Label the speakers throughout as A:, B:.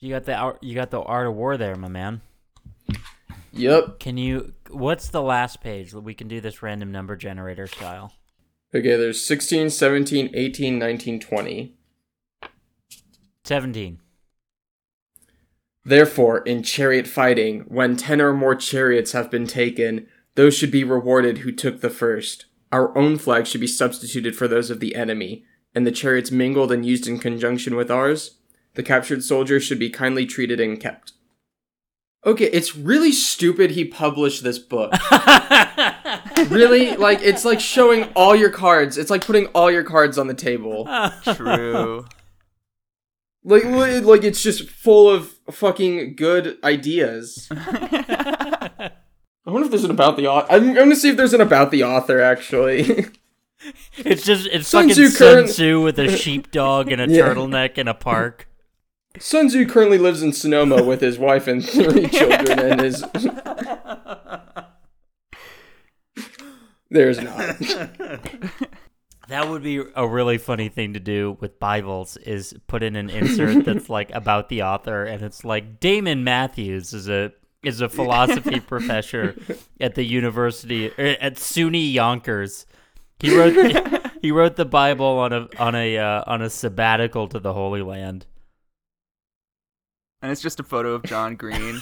A: You got the art- you got the art of war there, my man.
B: Yep.
A: Can you? What's the last page? We can do this random number generator style.
B: Okay, there's 16, 17, 18, 19, 20.
A: Seventeen.
B: Therefore, in chariot fighting, when ten or more chariots have been taken, those should be rewarded who took the first. Our own flags should be substituted for those of the enemy, and the chariots mingled and used in conjunction with ours. The captured soldiers should be kindly treated and kept. Okay, it's really stupid he published this book. really? Like, it's like showing all your cards. It's like putting all your cards on the table.
C: True.
B: Like, li- like it's just full of fucking good ideas. I wonder if there's an about the author. I'm, I'm gonna see if there's an about the author actually.
A: It's just it's
B: Sun
A: fucking
B: Tzu
A: Sun
B: current-
A: Tzu with a sheepdog and a
B: Yeah.
A: turtleneck in a park.
B: Sun Tzu currently lives in Sonoma with his wife and three children, and his. there's not.
A: That would be a really funny thing to do with Bibles is put in an insert that's like about the author and it's like Damon Matthews is a is a philosophy professor at the university er, at SUNY Yonkers. He wrote the, he wrote the Bible on a on a uh, on a sabbatical to the Holy Land.
C: and it's just a photo of John Green.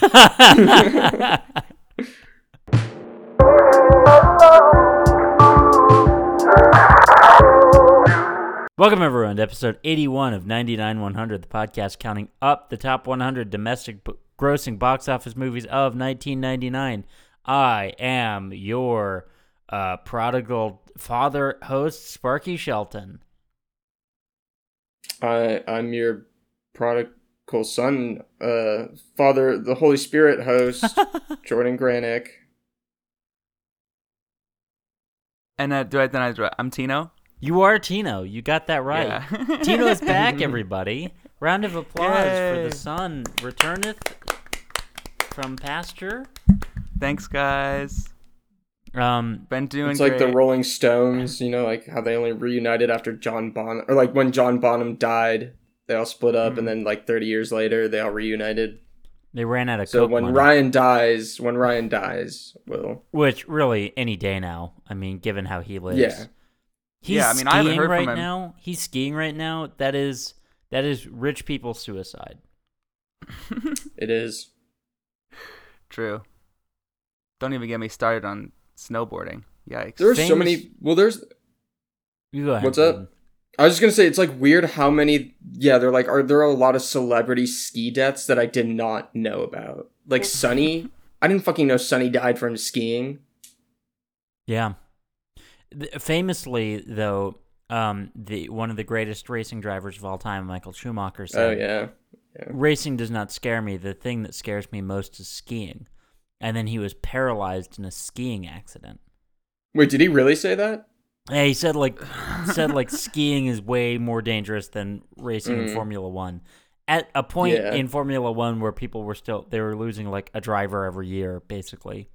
A: Welcome, everyone, to episode 81 of 99-100, the podcast counting up the top 100 domestic b- grossing box office movies of 1999. I am your uh, prodigal father host, Sparky Shelton.
B: I I'm your prodigal son, uh, father, the Holy Spirit host, Jordan Granick.
C: and uh, do I then I do I- I'm Tino?
A: You are Tino. You got that right.
C: Yeah.
A: Tino is back, everybody. Round of applause for
C: Yay.
A: the son returneth from pasture.
C: Thanks, guys.
A: Um,
C: Been doing
B: It's like the
C: great.
B: Rolling Stones, you know, like how they only reunited after John Bonham, or like when John Bonham died, they all split up, and then like 30 years later, they all reunited.
A: they ran out of
B: So
A: Coke
B: when
A: money,
B: Ryan dies, when Ryan dies, well,
A: which really any day now. I mean, given how he lives,
B: Yeah.
A: He's
C: Yeah, I mean, I
A: skiing
C: haven't heard from
A: right
C: him.
A: now. He's skiing right now. That is that is rich people suicide.
B: it is.
C: True. Don't even get me started on snowboarding. Yikes.
B: There's so
A: Famous-
B: many. Well, there's.
A: You go ahead.
B: What's up?
A: Jordan.
B: I was just gonna say it's like weird how many. Yeah, they're like are there are a lot of celebrity ski deaths that I did not know about.
C: Mm.
B: Like Sunny, I didn't fucking know Sunny died from skiing.
A: Yeah. Th- famously, though, um, the one of the greatest racing drivers of all time, Michael Schumacher, said,
B: Oh yeah.
A: racing does not scare me. The thing that scares me most is skiing. And then he was paralyzed in a skiing accident.
B: Wait, did he really say that?
A: Yeah, he said like said like skiing is way more dangerous than racing in
B: Mm.
A: Formula One. At a point
B: Yeah.
A: in Formula One where people were still they were losing like a driver every year, basically.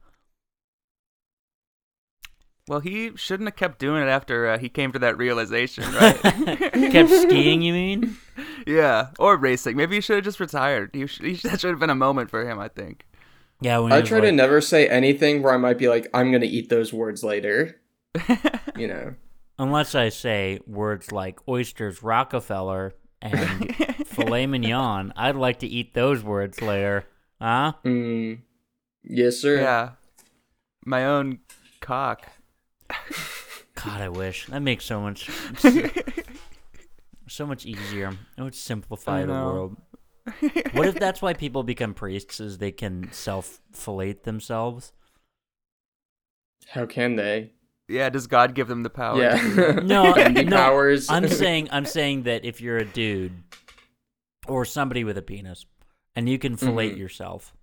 C: Well, he shouldn't have kept doing it after uh, he came to that realization, right?
A: Kept skiing, you mean?
C: yeah, or racing. Maybe he should have just retired. He sh- he sh- that should have been a moment for him, I think.
A: Yeah, when he
B: I
A: was
B: try to
A: like-
B: never say anything where I might be like, I'm gonna eat those words later. you know.
A: unless I say words like oysters Rockefeller and filet mignon, I'd like to eat those words later. Huh?
B: Mm. Yes, sir.
C: Yeah. My own cock.
A: God, I wish that makes so much so much easier. It would simplify
C: I
A: the
C: know.
A: world. what if that's why people become priests is they can self fillet themselves?
B: How can they?
C: Yeah, does God give them the power?
B: yeah.
C: to-
A: No,
B: Andy
A: no.
B: Powers.
A: I'm saying I'm saying that if you're a dude or somebody with a penis and you can fillet
B: Mhm.
A: yourself,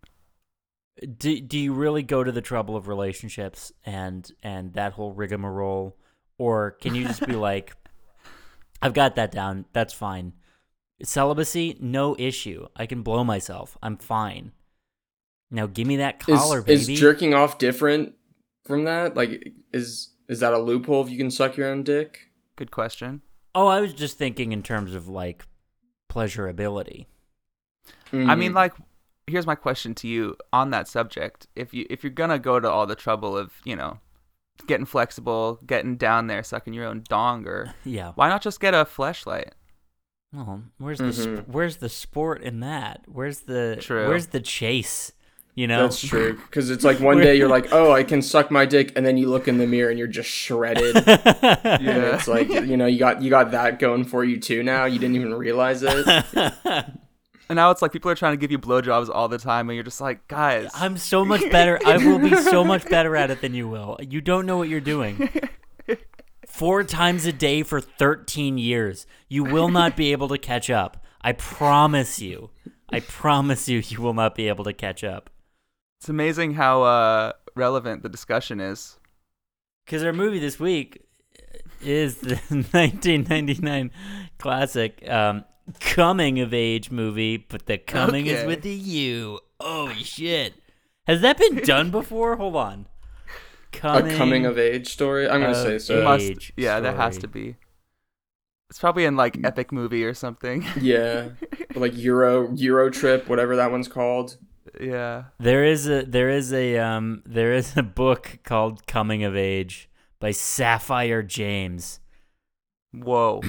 A: do do you really go to the trouble of relationships and and that whole rigmarole, or can you just be like, I've got that down. That's fine. Celibacy, no issue. I can blow myself. I'm fine. Now give me that
B: is,
A: collar,
B: is
A: baby.
B: jerking off different from that? Like, is is that a loophole if you can suck your own dick?
C: Good question.
A: oh, I was just thinking in terms of like pleasurability.
C: I mean, like, here's my question to you on that subject. If you if you're gonna go to all the trouble of you know getting flexible, getting down there, sucking your own donger,
A: Yeah.
C: why not just get a fleshlight?
A: Well, Oh, where's the sp-
B: Mhm.
A: where's the sport in that? Where's the
C: True.
A: where's the chase? You know,
B: That's true. Because it's like one day you're like, oh, I can suck my dick, and then you look in the mirror and you're just shredded. And
C: Yeah.
B: it's like you know you got you got that going for you too. Now you didn't even realize it.
C: And now it's like people are trying to give you blowjobs all the time, and you're just like, guys,
A: I'm so much better. I will be so much better at it than you will. You don't know what you're doing. Four times a day for 13 years. You will not be able to catch up. I promise you. I promise you, you will not be able to catch up.
C: it's amazing how uh, relevant the discussion is.
A: Because our movie this week is the 1999 classic um, coming of age movie, but the coming is
C: Okay.
A: with the U. Oh, shit. Has that been done before? Hold on.
B: A
A: Coming,
B: coming of age story. I'm gonna
A: of
B: say so.
A: age.
C: Must,
A: Age
C: yeah, that has to
A: story.
C: be. It's probably in
A: Mm.
C: like epic movie or something.
B: Yeah, like Euro Euro trip, whatever that one's called.
C: yeah.
A: There is a there is a um there is a book called Coming of Age by Sapphire James.
C: Whoa.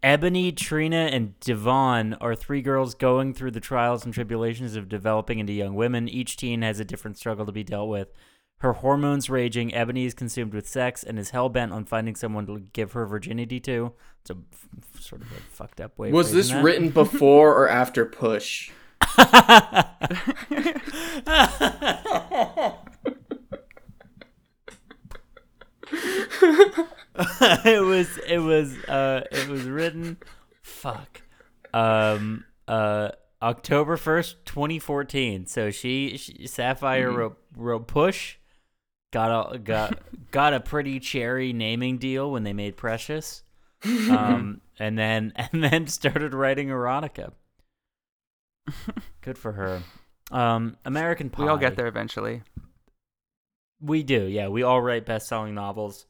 A: Ebony, Trina, and Devon are three girls going through the trials and tribulations of developing into young women. Each teen has a different struggle to be dealt with. Her hormones raging, Ebony is consumed with sex and is hell bent on finding someone to give her virginity to. It's a f- f- sort of a fucked up way. of
B: Was
A: phrasing
B: this
A: that.
B: written before or after Push?
A: it was it was uh it was written fuck um uh October 1st 2014 so she, she Sapphire
C: Mm-hmm.
A: wrote, wrote push got a got got a pretty cherry naming deal when they made Precious um and then and then started writing erotica good for her um American Pie
C: We all get there eventually.
A: we do yeah we all write best-selling novels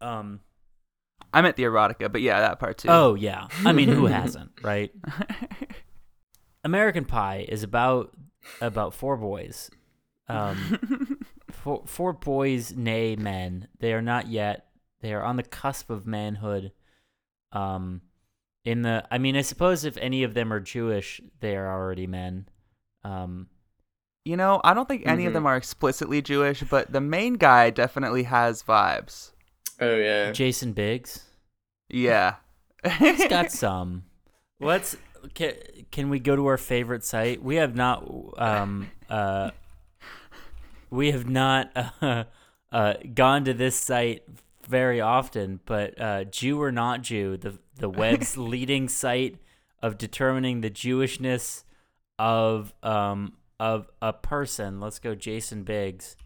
A: um
C: I meant the erotica, but yeah, that part too.
A: Oh yeah. I mean, who hasn't, right? American Pie is about about four boys. Um four, four boys, nay men. They are not yet. They are on the cusp of manhood. Um in the I mean, I suppose if any of them are Jewish, they are already men. Um
C: You know, I don't think any
A: Mm-hmm.
C: of
B: Mhm.
C: them are explicitly Jewish, but the main guy definitely has vibes.
B: Oh yeah.
A: Jason Biggs.
C: Yeah.
A: It's got some. Let's can, can we go to our favorite site? We have not um uh we have not uh, uh gone to this site very often, but uh Jew or not Jew, the the web's leading site of determining the Jewishness of um of a person. Let's go Jason Biggs.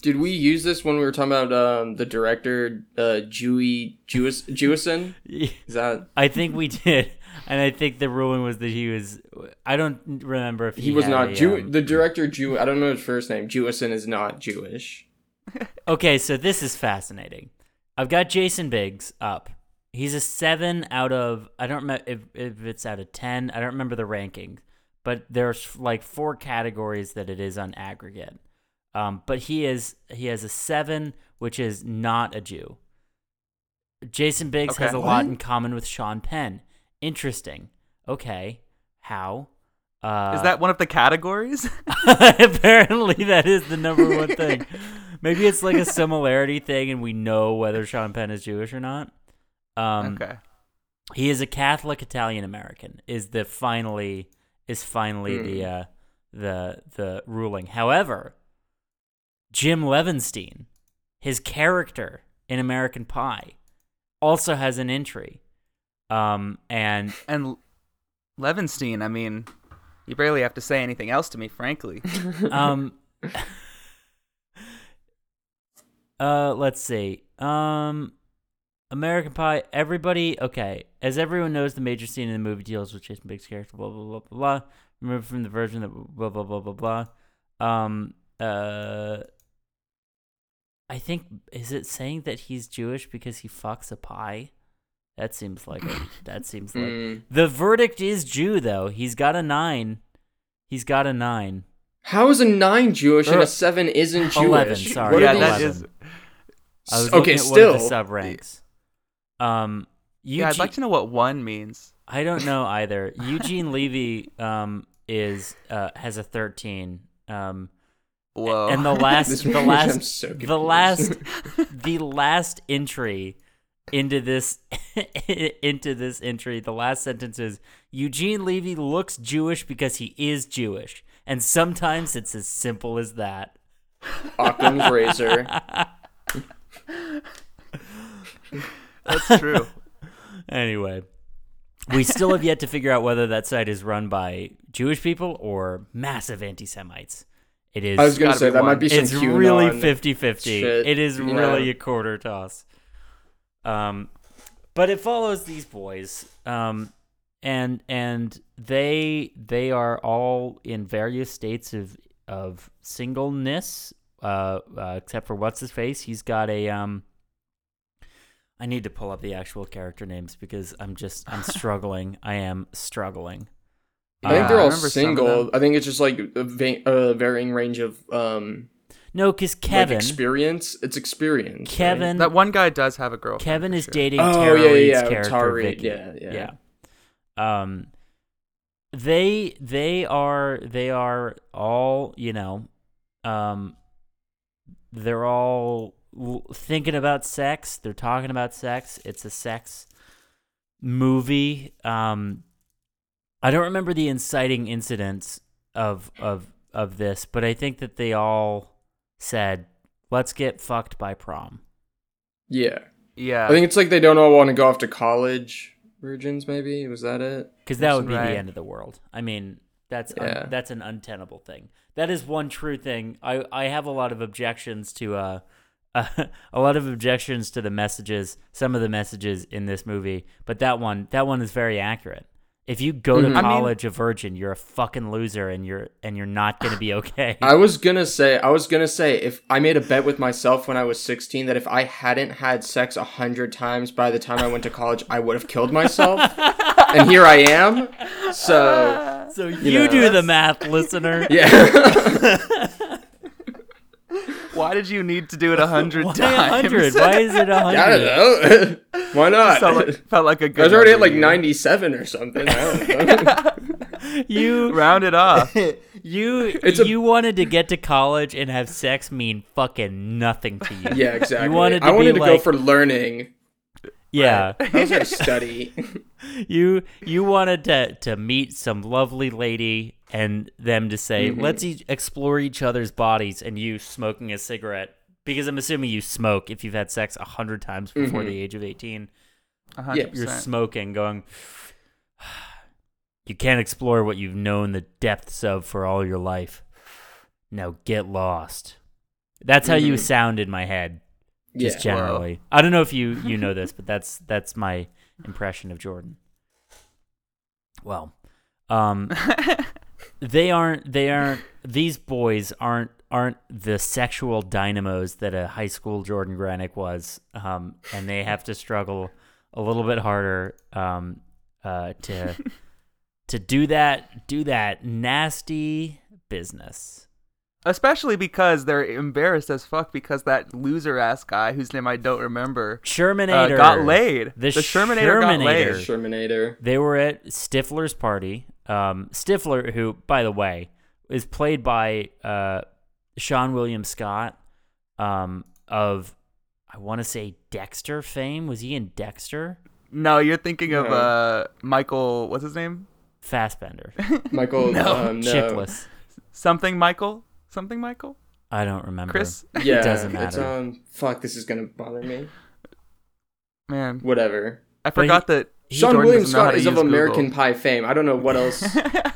B: Did we use this when we were talking about um, the director uh, Jewy Jewis Jewison? Is that
A: I think we did. And I think the ruling was that he was I don't remember if he,
B: he, was
A: had
B: not
A: a,
B: Jew?
A: um,
B: the director Jew. I don't know his first name. Jewison is not Jewish.
A: Okay, so this is fascinating. I've got Jason Biggs up. He's a seven out of I don't remember if, if it's out of ten. I don't remember the ranking, but there's like four categories that it is on aggregate. Um, but he is he has a seven, which is not a Jew. Jason Biggs
C: Okay.
A: has a lot
B: What?
A: in common with Sean Penn. Interesting. Okay, how? Uh,
C: Is that one of the categories?
A: Apparently, that is the number one thing. Maybe it's like a similarity thing, and we know whether Sean Penn is Jewish or not. Um,
C: okay.
A: He is a Catholic Italian American. Is the finally is finally the uh, the the ruling. However, Jim Levenstein, his character in American Pie, also has an entry, um, and
C: And L- Levenstein, I mean, you barely have to say anything else to me, frankly.
A: um uh let's see um american pie everybody okay as everyone knows the major scene in the movie deals with jason biggs character blah blah blah blah blah removed from the version that blah blah blah blah blah um uh i think is it saying that he's jewish because he fucks a pie that seems like it that seems like
B: Mm.
A: the verdict is jew though he's got a nine He's got a nine.
B: How is a nine Jewish and
A: Uh,
B: a seven isn't Jewish?
A: 11, sorry.
B: What
C: yeah,
B: are
A: it
C: that
B: these-
C: is.
A: is? I was
B: okay,
A: looking at
B: still.
A: one of the sub ranks. Um, Eugene,
C: Yeah, I'd like to know what one means.
A: I don't know either. Eugene Levy um, is uh, has a thirteen. Um,
C: Whoa.
A: and the last
B: Oh, This
A: the
B: I'm
A: last
B: so confused.
A: the last the last entry into this into this entry the last sentence is Eugene Levy looks Jewish because he is Jewish and sometimes it's as simple as that
B: Occam's razor.
C: That's true.
A: anyway we still have yet to figure out whether that site is run by Jewish people or massive anti-Semites it is
B: I was gonna
C: gotta
B: say
C: be
B: that might
C: one.
B: be some
A: it's really
B: QAnon.
A: 50-50
B: shit,
A: it is
B: you
A: really
B: know.
A: a quarter toss um but it follows these boys um and and they they are all in various states of of singleness uh, uh except for what's his face he's got a um I need to pull up the actual character names because I'm just I'm struggling. I am struggling.
B: I think
C: Yeah,
B: they're
C: I
B: all
C: remember some of
B: single.
C: them.
B: I think it's just like a, va- a varying range of um
A: No, because
B: like
A: Kevin,
B: experience. It's experience. right?
A: Kevin,
C: that one guy does have a girlfriend.
A: Kevin
C: for
A: is
C: sure.
A: dating
B: Oh,
A: Tara
B: yeah, yeah,
A: Reid's
B: yeah,
A: character
B: Tara Reid,
A: Vicky.
B: yeah, yeah.
A: Yeah. Um, they they are they are all you know, um, they're all l- thinking about sex. They're talking about sex. It's a sex movie. Um, I don't remember the inciting incidents of of of this, but I think that they all said, "Let's get fucked by prom."
B: Yeah.
C: Yeah.
B: I think it's like they don't all want to go off to college. Virgins, maybe was that it?
A: because that would be
C: Right.
A: the end of the world. I mean, that's un-
B: Yeah.
A: that's an untenable thing. That is one true thing. I I have a lot of objections to uh, a lot of objections to the messages, some of the messages in this movie, but that one that one is very accurate. If you go
B: Mhm. I
A: to
B: mean-
A: college a virgin, you're a fucking loser, and you're and you're not gonna be okay.
B: I was gonna say, I was gonna say, if I made a bet with myself when I was 16 that if I hadn't had sex a hundred times by the time I went to college, I would have killed myself, and here I am. So
A: so you,
B: know,
A: do the math, listener.
B: yeah,
C: Why did you need to do it a hundred
A: Why
C: times?
A: a hundred? Why is it a
B: I
A: hundred?
B: don't know. Why not?
C: felt, like, felt like a
B: I
C: good.
B: was already at
C: number
B: like
C: to you.
B: 97 or something. I don't know.
A: You
C: Round it off.
A: You
B: It's a-
A: you wanted to get to college and have sex mean fucking nothing to you.
B: yeah, exactly.
A: wanted to
B: I wanted
A: be
B: to go
A: like-
B: for learning.
A: Yeah.
B: I was gonna study.
A: You you wanted to to meet some lovely lady and them to say,
B: Mm-hmm.
A: "Let's e- explore each other's bodies," and you smoking a cigarette because I'm assuming you smoke if you've had sex a hundred times before
B: Mm-hmm.
A: the age of eighteen.
C: A hundred
A: You're
C: percent.
A: smoking, going. You can't explore what you've known the depths of for all your life. Now get lost. That's how you sound in my head.
B: Yeah.
A: just generally. I don't know if you you know this, but that's that's my impression of Jordan. Well, um, they aren't they aren't these boys aren't aren't the sexual dynamos that a high school Jordan Granick was, um, and they have to struggle a little bit harder um, uh, to to do that do that nasty business.
C: Especially because they're embarrassed as fuck because that loser ass guy whose name I don't remember uh,
A: Shermanator
C: got laid.
A: The
C: Shermanator got
A: Shermanator.
C: laid.
B: Terminator.
A: They were at Stifler's party. Um, Stifler, who, by the way, is played by uh, Sean William Scott um, of, I want to say Dexter fame. Was he in Dexter?
C: No, you're thinking of
B: No.
C: uh, Michael. What's his name?
A: Fassbender.
B: Michael.
C: No,
B: um, no.
A: Chickless.
C: Something Michael. Something Michael.
A: I don't remember.
C: Chris.
B: Yeah,
A: doesn't
B: It's,
A: matter.
B: um, fuck, this is gonna bother me.
C: Man,
B: Whatever.
C: I
A: But he-
C: forgot that
B: Sean
C: Jordan
B: William
C: doesn't know how
B: Scott
C: to
B: is of
C: use Google.
B: American Pie fame. I don't know what else.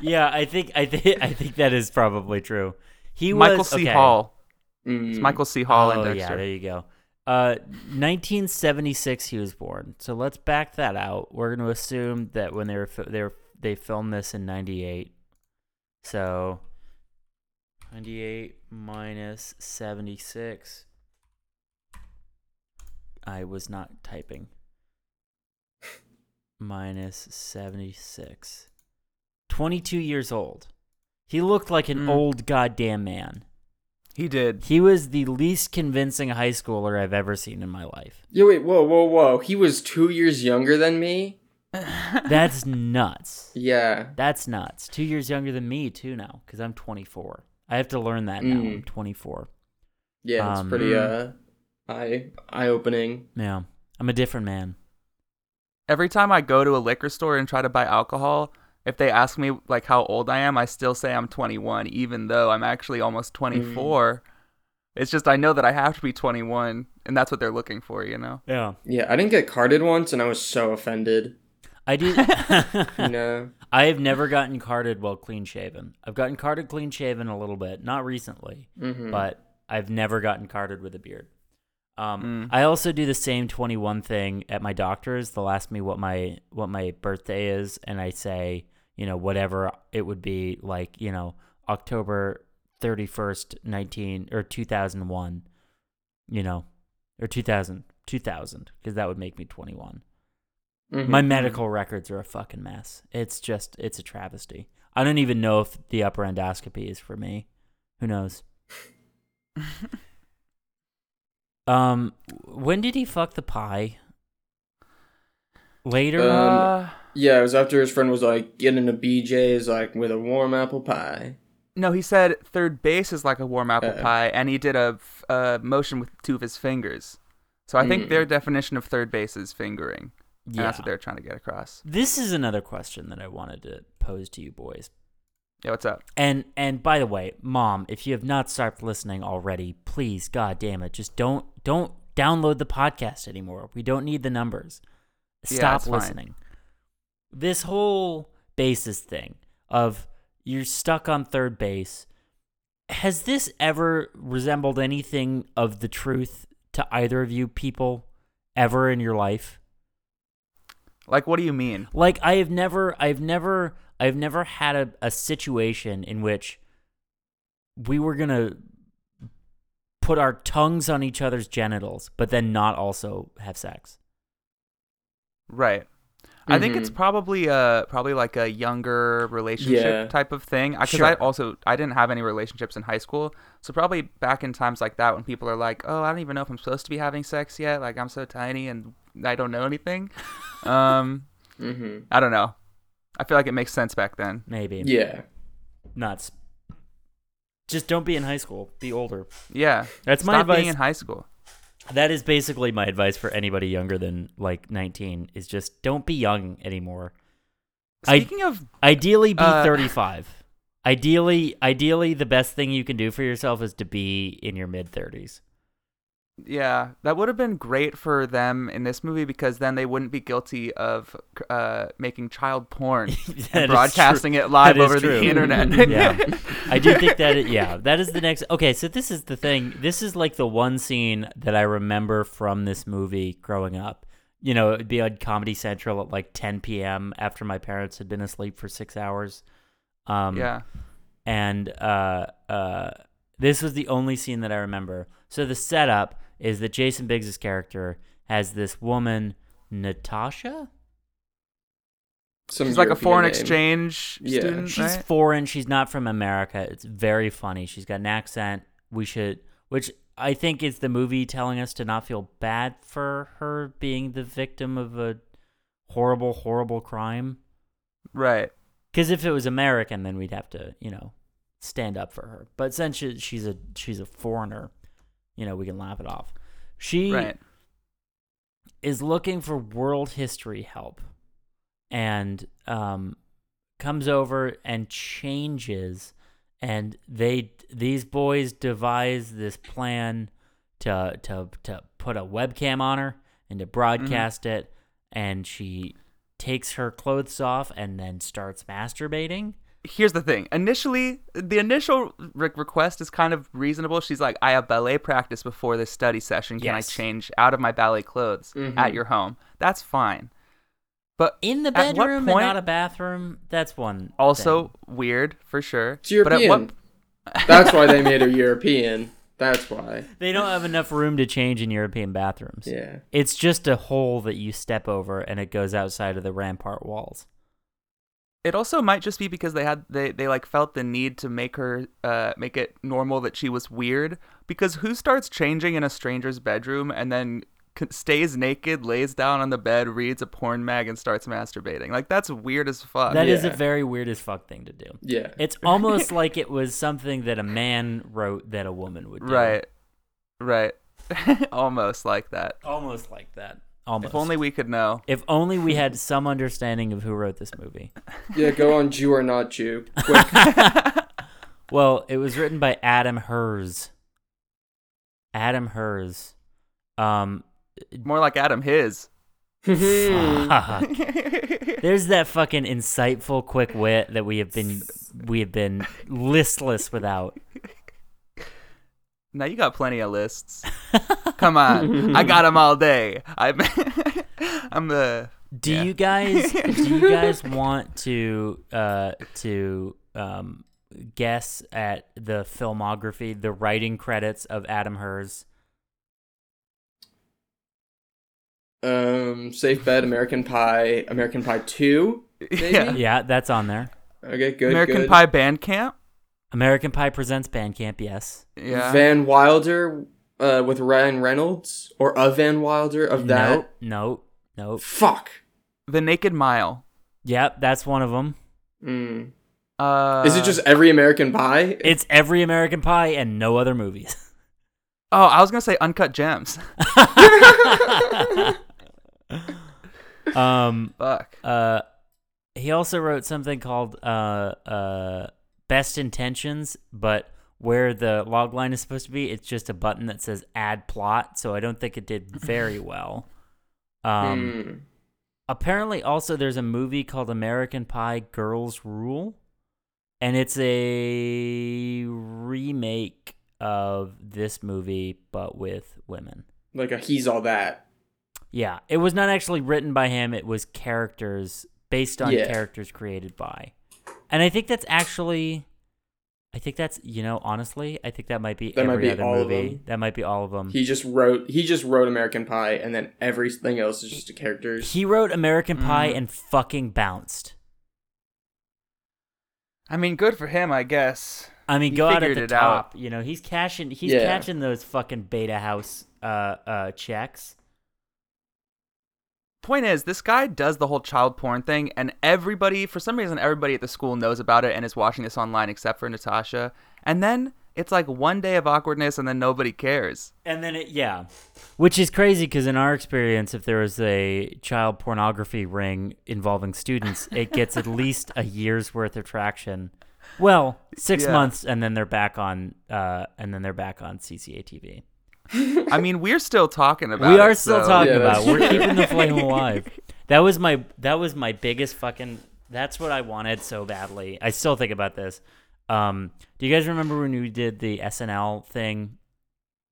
A: Yeah, I think I think I think that is probably true. He
C: Michael
A: was,
C: C.
A: okay.
C: Hall.
B: Mm.
C: It's Michael C. Hall
A: oh,
C: and
A: Yeah,
C: Dexter.
A: there you go. Uh, 1976, he was born. So let's back that out. We're going to assume that when they were fi- they were, they filmed this in 98. So 98 minus 76. I was not typing. Minus 76. 22 years old. He looked like an
C: Mm.
A: old goddamn man.
C: He did.
A: He was the least convincing high schooler I've ever seen in my life.
B: Yeah, wait, whoa, whoa, whoa. He was two years younger than me?
A: That's nuts.
B: Yeah.
A: That's nuts. Two years younger than me, too, now, because I'm 24. I have to learn that now.
B: Mm.
A: I'm 24.
B: Yeah, it's
A: Um,
B: pretty uh
C: Mm.
B: eye eye opening.
A: Yeah. I'm a different man.
C: Every time I go to a liquor store and try to buy alcohol, if they ask me like how old I am, I still say I'm 21, even though I'm actually almost 24. It's just I know that I have to be 21, and that's what they're looking for, you know.
A: Yeah.
B: Yeah, I didn't get carded once and I was so offended.
A: I do.
B: You know?
A: I have never gotten carded while clean shaven. I've gotten carded clean shaven a little bit, not recently,
B: Mhm.
A: but I've never gotten carded with a beard. Um, I also do the same 21 thing at my doctor's. They'll ask me what my what my birthday is, and I say, you know, whatever it would be, like you know, October 31st, 19 or 2001, you know, or 2000, 2000, because that would make me 21.
B: Mhm.
A: My medical records are a fucking mess. It's just, it's a travesty. I don't even know if the upper endoscopy is for me. Who knows? um, when did he fuck the pie? Later.
B: Um,
C: uh,
B: yeah, it was after his friend was like getting a BJ's like with a warm apple pie.
C: no, he said third base is like a warm apple
B: Uh.
C: pie, and he did a f- uh, motion with two of his fingers. So I think
B: Mm.
C: their definition of third base is fingering, and
A: yeah.
C: that's what they're trying to get across.
A: This is another question that I wanted to pose to you boys.
C: Yeah, what's up?
A: And and by the way, mom, if you have not stopped listening already, please, god damn it, just don't don't download the podcast anymore. We don't need the numbers.
C: Yeah,
A: Stop
C: it's fine.
A: listening. This whole basis thing of you're stuck on third base. Has this ever resembled anything of the truth to either of you people ever in your life?
C: Like, what do you mean?
A: Like I have never I've never I've never had a, a situation in which we were gonna put our tongues on each other's genitals, but then not also have sex.
C: Right. I think it's
A: Mm-hmm.
B: Mhm.
C: probably uh probably like a younger relationship
B: Yeah.
C: type of thing. Because I
A: Sure.
C: also I didn't have any relationships in high school, so probably back in times like that when people are like, "Oh, I don't even know if I'm supposed to be having sex yet. Like I'm so tiny and I don't know anything." um,
B: hmm
C: I don't know. I feel like it makes sense back then.
A: Maybe.
B: Yeah.
A: Nuts. Just don't be in high school. Be older.
C: Yeah,
A: That's my
C: stop
A: advice.
C: being in high school.
A: that is basically my advice for anybody younger than like 19 is just don't be young anymore. I-
C: Speaking of
A: Ideally, be
C: Uh,
A: 35. Ideally, ideally, the best thing you can do for yourself is to be in your mid 30s.
C: Yeah, that would have been great for them in this movie because then they wouldn't be guilty of uh, making child porn
A: That is
C: and broadcasting
A: true.
C: it live
A: That is
C: over
A: true. Mm-hmm.
C: the internet.
A: yeah, I do think that. It, yeah, that is the next. Okay, so this is the thing. This is like the one scene that I remember from this movie growing up. You know, it'd be on Comedy Central at like 10 p.m. after my parents had been asleep for six hours. Um,
C: yeah.
A: and uh, uh, this was the only scene that I remember. So the setup is that Jason Biggs' character has this woman, Natasha.
B: Some
C: She's like a
B: European
C: foreign
B: name.
C: exchange
B: Yeah.
C: student,
A: She's
C: right?
A: foreign. She's not from America. It's very funny. She's got an accent. We should, which I think is the movie telling us to not feel bad for her being the victim of a horrible, horrible crime.
C: right.
A: Because if it was American, then we'd have to, you know, stand up for her. But since she, she's a she's a foreigner, you know, we can laugh it off. She
C: Right.
A: is looking for world history help, and um, comes over and changes, and they these boys devise this plan to to to put a webcam on her and to broadcast
C: Mm-hmm.
A: it, and she takes her clothes off and then starts masturbating.
C: Here's the thing. Initially, the initial re- request is kind of reasonable. She's like, "I have ballet practice before this study session. Can
A: Yes.
C: I change out of my ballet clothes
B: Mhm.
C: at your home?" That's fine. But
A: in the
C: At what
A: bedroom
C: point-
A: and not a bathroom. That's one.
C: also
A: thing.
C: weird for sure.
B: It's European.
C: But at what
B: That's why they made her European. That's why.
A: they don't have enough room to change in European bathrooms.
B: Yeah.
A: It's just a hole that you step over and it goes outside of the rampart walls.
C: It also might just be because they had they, they like felt the need to make her uh make it normal that she was weird because who starts changing in a stranger's bedroom and then c- stays naked, lays down on the bed, reads a porn mag and starts masturbating. Like that's weird as fuck.
A: That is
B: Yeah.
A: a very weird as fuck thing to do.
B: Yeah.
A: It's almost like it was something that a man wrote that a woman would do.
C: Right. Right. Almost like that.
A: Almost like that. Almost.
C: If only we could know.
A: If only we had some understanding of who wrote this movie.
B: Yeah, go on Jew or not Jew. Quick.
A: Well, it was written by Adam Hers. Adam Hers. Um,
C: More like Adam his. Hmm.
A: fuck. There's that fucking insightful quick wit that we have been we have been listless without.
C: Now you got plenty of lists. Come on, I got them all day. I'm, I'm the.
A: Do you guys do you guys want to uh to um guess at the filmography, the writing credits of Adam Hers?
B: um, Safe Bet, American Pie, American Pie 2. Maybe?
C: Yeah.
A: Yeah, that's on there.
B: Okay, good.
C: American
B: good.
C: Pie Bandcamp.
A: American Pie presents Bandcamp, yes.
C: Yeah,
B: Van Wilder uh, with Ryan Reynolds or a Van Wilder of that.
A: Nope, nope, nope.
B: Fuck.
C: The Naked Mile.
A: Yep, that's one of them.
B: Mm.
C: Uh,
B: Is it just every American Pie?
A: It's every American Pie and no other movies.
C: Oh, I was gonna say Uncut Gems.
A: um
C: Fuck.
A: uh he also wrote something called uh uh best intentions but where the log line is supposed to be it's just a button that says add plot so i don't think it did very well um
B: Mm.
A: apparently also there's a movie called american pie girls rule and it's a remake of this movie but with women
B: Like a he's all that.
A: yeah, it was not actually written by him. It was characters based on
B: Yeah.
A: characters created by, and I think that's actually, I think that's you know honestly, I think that might be
B: That might
A: every
B: be
A: other
B: all of
A: movie.
B: them.
A: That might be all of them. He,
B: He just wrote he just wrote American Pie and then everything else is just a characters.
A: wrote American Pie
C: Mm.
A: and fucking bounced.
C: I mean, good for him, I guess.
A: I mean,
C: He
A: go out at
C: figured
A: the
C: it
A: top.
C: out.
A: You know, he's cashing. He's
B: Yeah.
A: catching those fucking Beta House uh uh checks.
C: Point is, this guy does the whole child porn thing, and everybody, for some reason, everybody at the school knows about it and is watching this online, except for Natasha. And then it's like one day of awkwardness, and then nobody cares.
A: And then it, yeah, which is crazy because in our experience, if there was a child pornography ring involving students, it gets at least a year's worth of traction. Well, six
C: Yeah.
A: months, and then they're back on, uh, and then they're back on CCA TV.
C: I mean, we're still talking about.
A: We
C: it,
A: are still
C: so-
A: talking
B: Yeah,
A: about.
B: that's
A: it. We're
B: true.
A: keeping the flame alive. That was my that was my biggest fucking. That's what I wanted so badly. I still think about this. Um, do you guys remember when we did the SNL thing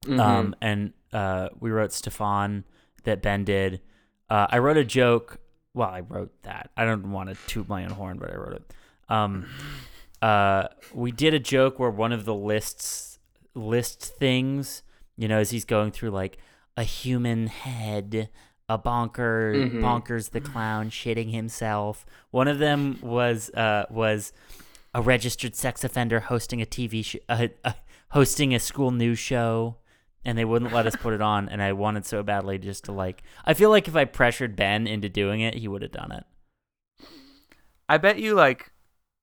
B: Mm-hmm.
A: um, and uh, we wrote Stefan that Ben did. Uh, I wrote a joke. Well, I wrote that. I don't want to toot my own horn, but I wrote it. Um, uh, we did a joke where one of the lists list things, you know, as he's going through like a human head, a bonker,
B: Mhm.
A: bonkers the clown shitting himself. One of them was uh, was a registered sex offender hosting a TV sh- uh, uh, hosting a school news show and they wouldn't let us put it on and I wanted so badly just to like I feel like if I pressured Ben into doing it he would have done it.
C: I bet you like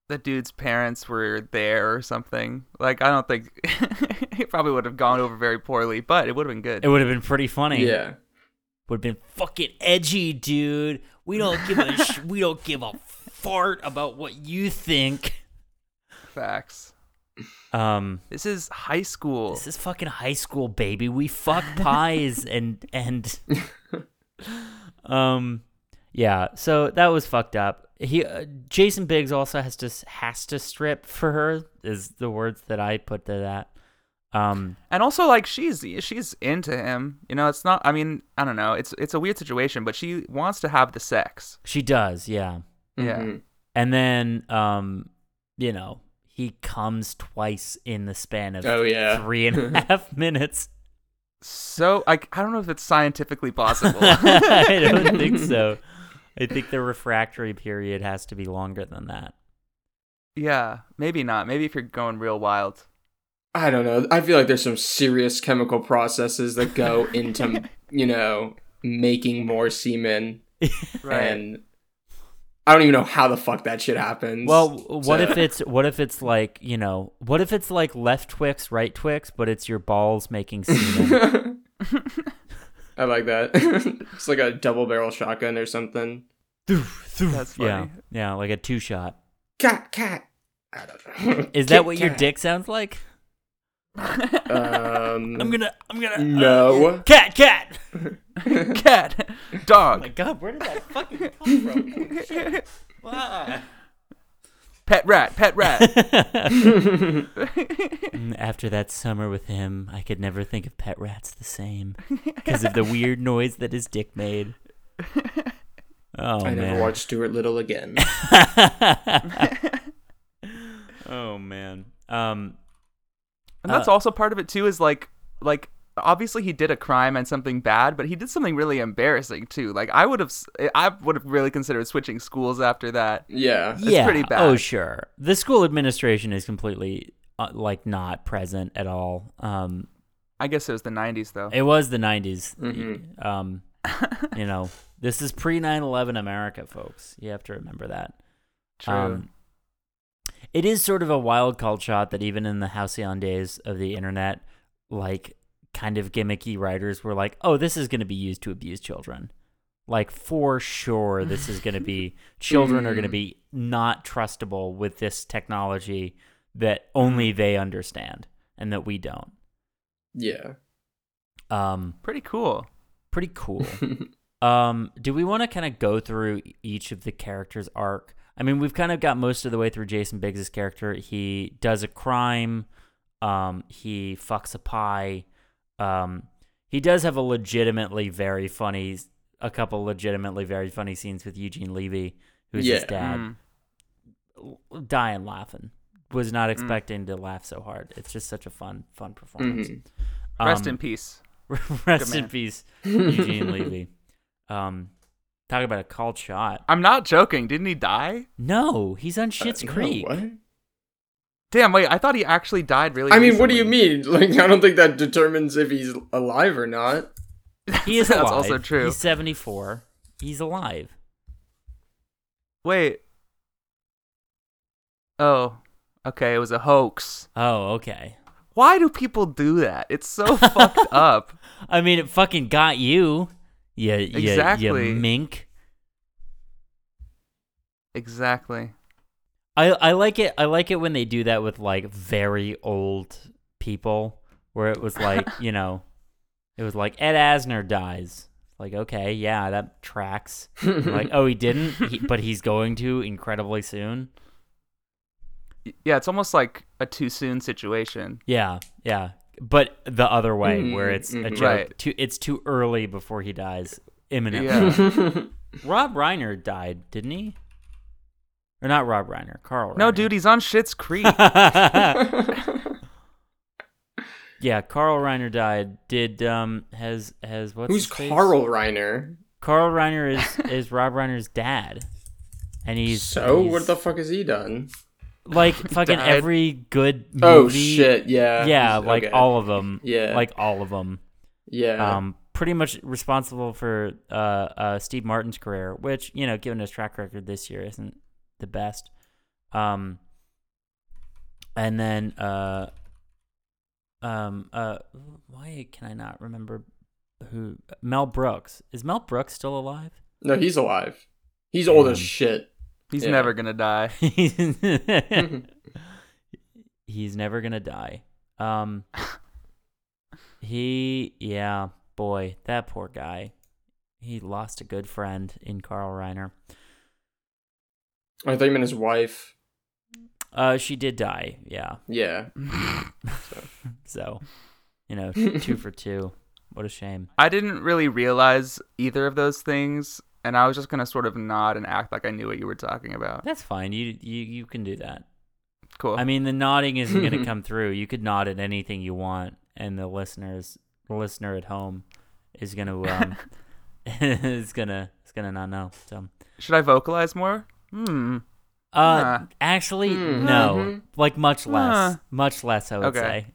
C: the dude's parents were there or something. Like I don't think it probably would have gone over very poorly, but it would have been good.
A: It would have been pretty funny.
B: Yeah.
A: Would have been fucking edgy, dude. We don't give a sh- we don't give a fart about what you think.
C: Facts.
A: Um
C: This is high school.
A: this is fucking high school baby. We fuck pies and and um yeah, so that was fucked up. He uh, Jason Biggs also has to s- has to strip for her is the words that I put to that. Um
C: and also like she's she's into him. You know, it's not I mean, I don't know. It's it's a weird situation, but she wants to have the sex.
A: she does, yeah.
C: Yeah.
B: Mhm.
A: And then um you know, he comes twice in the span of
B: Oh, yeah.
A: three and a half minutes.
C: So I I don't know if it's scientifically possible.
A: I don't think so. I think the refractory period has to be longer than that.
C: Yeah, maybe not. Maybe if you're going real wild.
B: I don't know. I feel like there's some serious chemical processes that go into, you know, making more semen.
C: Right.
B: And I don't even know how the fuck that shit happens.
A: Well, what
B: So-
A: if it's what if it's like you know what if it's like left Twix, right Twix, but it's your balls making semen?
B: I like that. it's like a double barrel shotgun or something.
A: That's
C: funny.
A: Yeah, yeah, like a two shot.
B: Cat, cat. I don't know.
A: Is
B: Kit
A: that what your
B: Kat.
A: dick sounds like?
B: Um,
A: I'm gonna, I'm gonna. uh,
B: No.
A: cat, cat.
C: Cat,
A: Oh my
C: dog,
A: god, where did that fucking come from? Shit. Wow.
C: pet rat, pet rat.
A: Mm, After that summer with him, I could never think of pet rats the same because of the weird noise that his dick made. Oh
B: I
A: man.
B: never watched Stuart Little again.
A: oh man. Um.
C: And that's
A: Uh,
C: also part of it too is like like obviously he did a crime and something bad, but he did something really embarrassing too. Like I would have s- I would have really considered switching schools after that.
B: yeah.
A: yeah.
C: pretty bad.
A: Oh sure. The school administration is completely uh, like not present at all. Um.
C: I guess it was the 90s though.
A: It was the 90s.
B: Mhm.
A: Um, you know, this is pre 9 11 America, folks. You have to remember that.
C: True.
A: Um, it is sort of a wild cult shot that even in the halcyon days of the internet, like kind of gimmicky writers were like, "Oh, this is going to be used to abuse children." Like for sure, this is going to be children are going to
B: Mm.
A: be not trustable with this technology that only they understand and that we don't.
B: Yeah.
A: Um,
C: Pretty cool.
A: pretty cool. um, do we want to kind of go through e-, each of the characters' arc? I mean, we've kind of got most of the way through Jason Biggs' character. He does a crime. Um, he fucks a pie. Um, he does have a legitimately very funny, a couple legitimately very funny scenes with Eugene Levy, who's his
B: Yeah.
A: dad.
C: Mm.
A: L- Dying laughing. Was
C: Mm.
A: not expecting to laugh so hard. It's just such a fun, fun performance.
B: Mhm.
C: Mm-hmm. Rest
A: Um,
C: in peace.
A: Rest
C: Good
A: in
C: man.
A: peace, Eugene Levy. Um, talk about a called shot.
C: I'm not joking. Didn't he die?
A: No, he's on Shit's
B: Uh, no,
A: Creek.
B: what?
C: Damn, wait. I thought he actually died really
B: I mean, what do you
C: recently.
B: mean? Like, I don't think that determines if he's alive or not.
A: He is alive.
C: That's also true.
A: He's seventy four. He's alive.
C: Wait. Oh. Okay, it was a hoax.
A: Oh, okay.
C: Why do people do that? It's so fucked up.
A: I mean, it fucking got you. Yeah,
C: Exactly.
A: You mink.
C: Exactly.
A: I I like it. I like it when they do that with like very old people, where it was like you know, it was like Ed Asner dies. Like okay, yeah, that tracks. like oh, he didn't, he, but he's going to incredibly soon.
C: Y- Yeah, it's almost like a too soon situation.
A: Yeah, yeah. But the other way, where
B: Mm,
A: it's a
B: mhm.
A: joke.
C: Mm-hmm, Right.
A: Too, it's too early before he dies. Imminent.
C: Yeah.
A: Rob Reiner died, didn't he? Or not Rob Reiner, Carl.
C: No,
A: Reiner.
C: dude, he's on Shit's Creek.
A: yeah, Carl Reiner died. Did um has has what's
B: Who's
A: his face?
B: Carl Reiner?
A: Carl Reiner is is Rob Reiner's dad, and he's
B: so
A: he's-
B: what the fuck has he done?
A: like fucking
C: Dad.
A: every good movie.
B: Oh shit! Yeah.
A: Yeah, like
B: Okay.
A: all of them.
B: Yeah.
A: like all of them.
B: Yeah.
A: um, pretty much responsible for uh, uh, Steve Martin's career, which you know, given his track record this year, isn't the best. Um, and then, uh, um, uh, why can I not remember who Mel Brooks is? Mel Brooks still alive?
B: no, he's alive. He's old as
A: Um,
B: shit.
C: He's
B: Yeah.
C: never gonna die.
A: He's never gonna die. Um, he, yeah, boy, that poor guy. He lost a good friend in Carl Reiner.
B: I thought you meant his wife.
A: Uh, she did die, yeah.
B: Yeah.
A: Mm. So, you know, two for two. What a shame.
C: I didn't really realize either of those things, and I was just gonna sort of nod and act like I knew what you were talking about.
A: That's fine. You you you can do that.
C: Cool.
A: I mean, the nodding isn't gonna come through. You could nod at anything you want, and the listeners, the listener at home, is gonna um, it's gonna it's gonna not know. So
C: Should I vocalize more? Hmm.
A: uh
C: Huh.
A: actually
B: Hmm.
A: no.
B: Mhm.
A: Like much less.
C: Huh.
A: Much less I would
C: Okay.
A: say.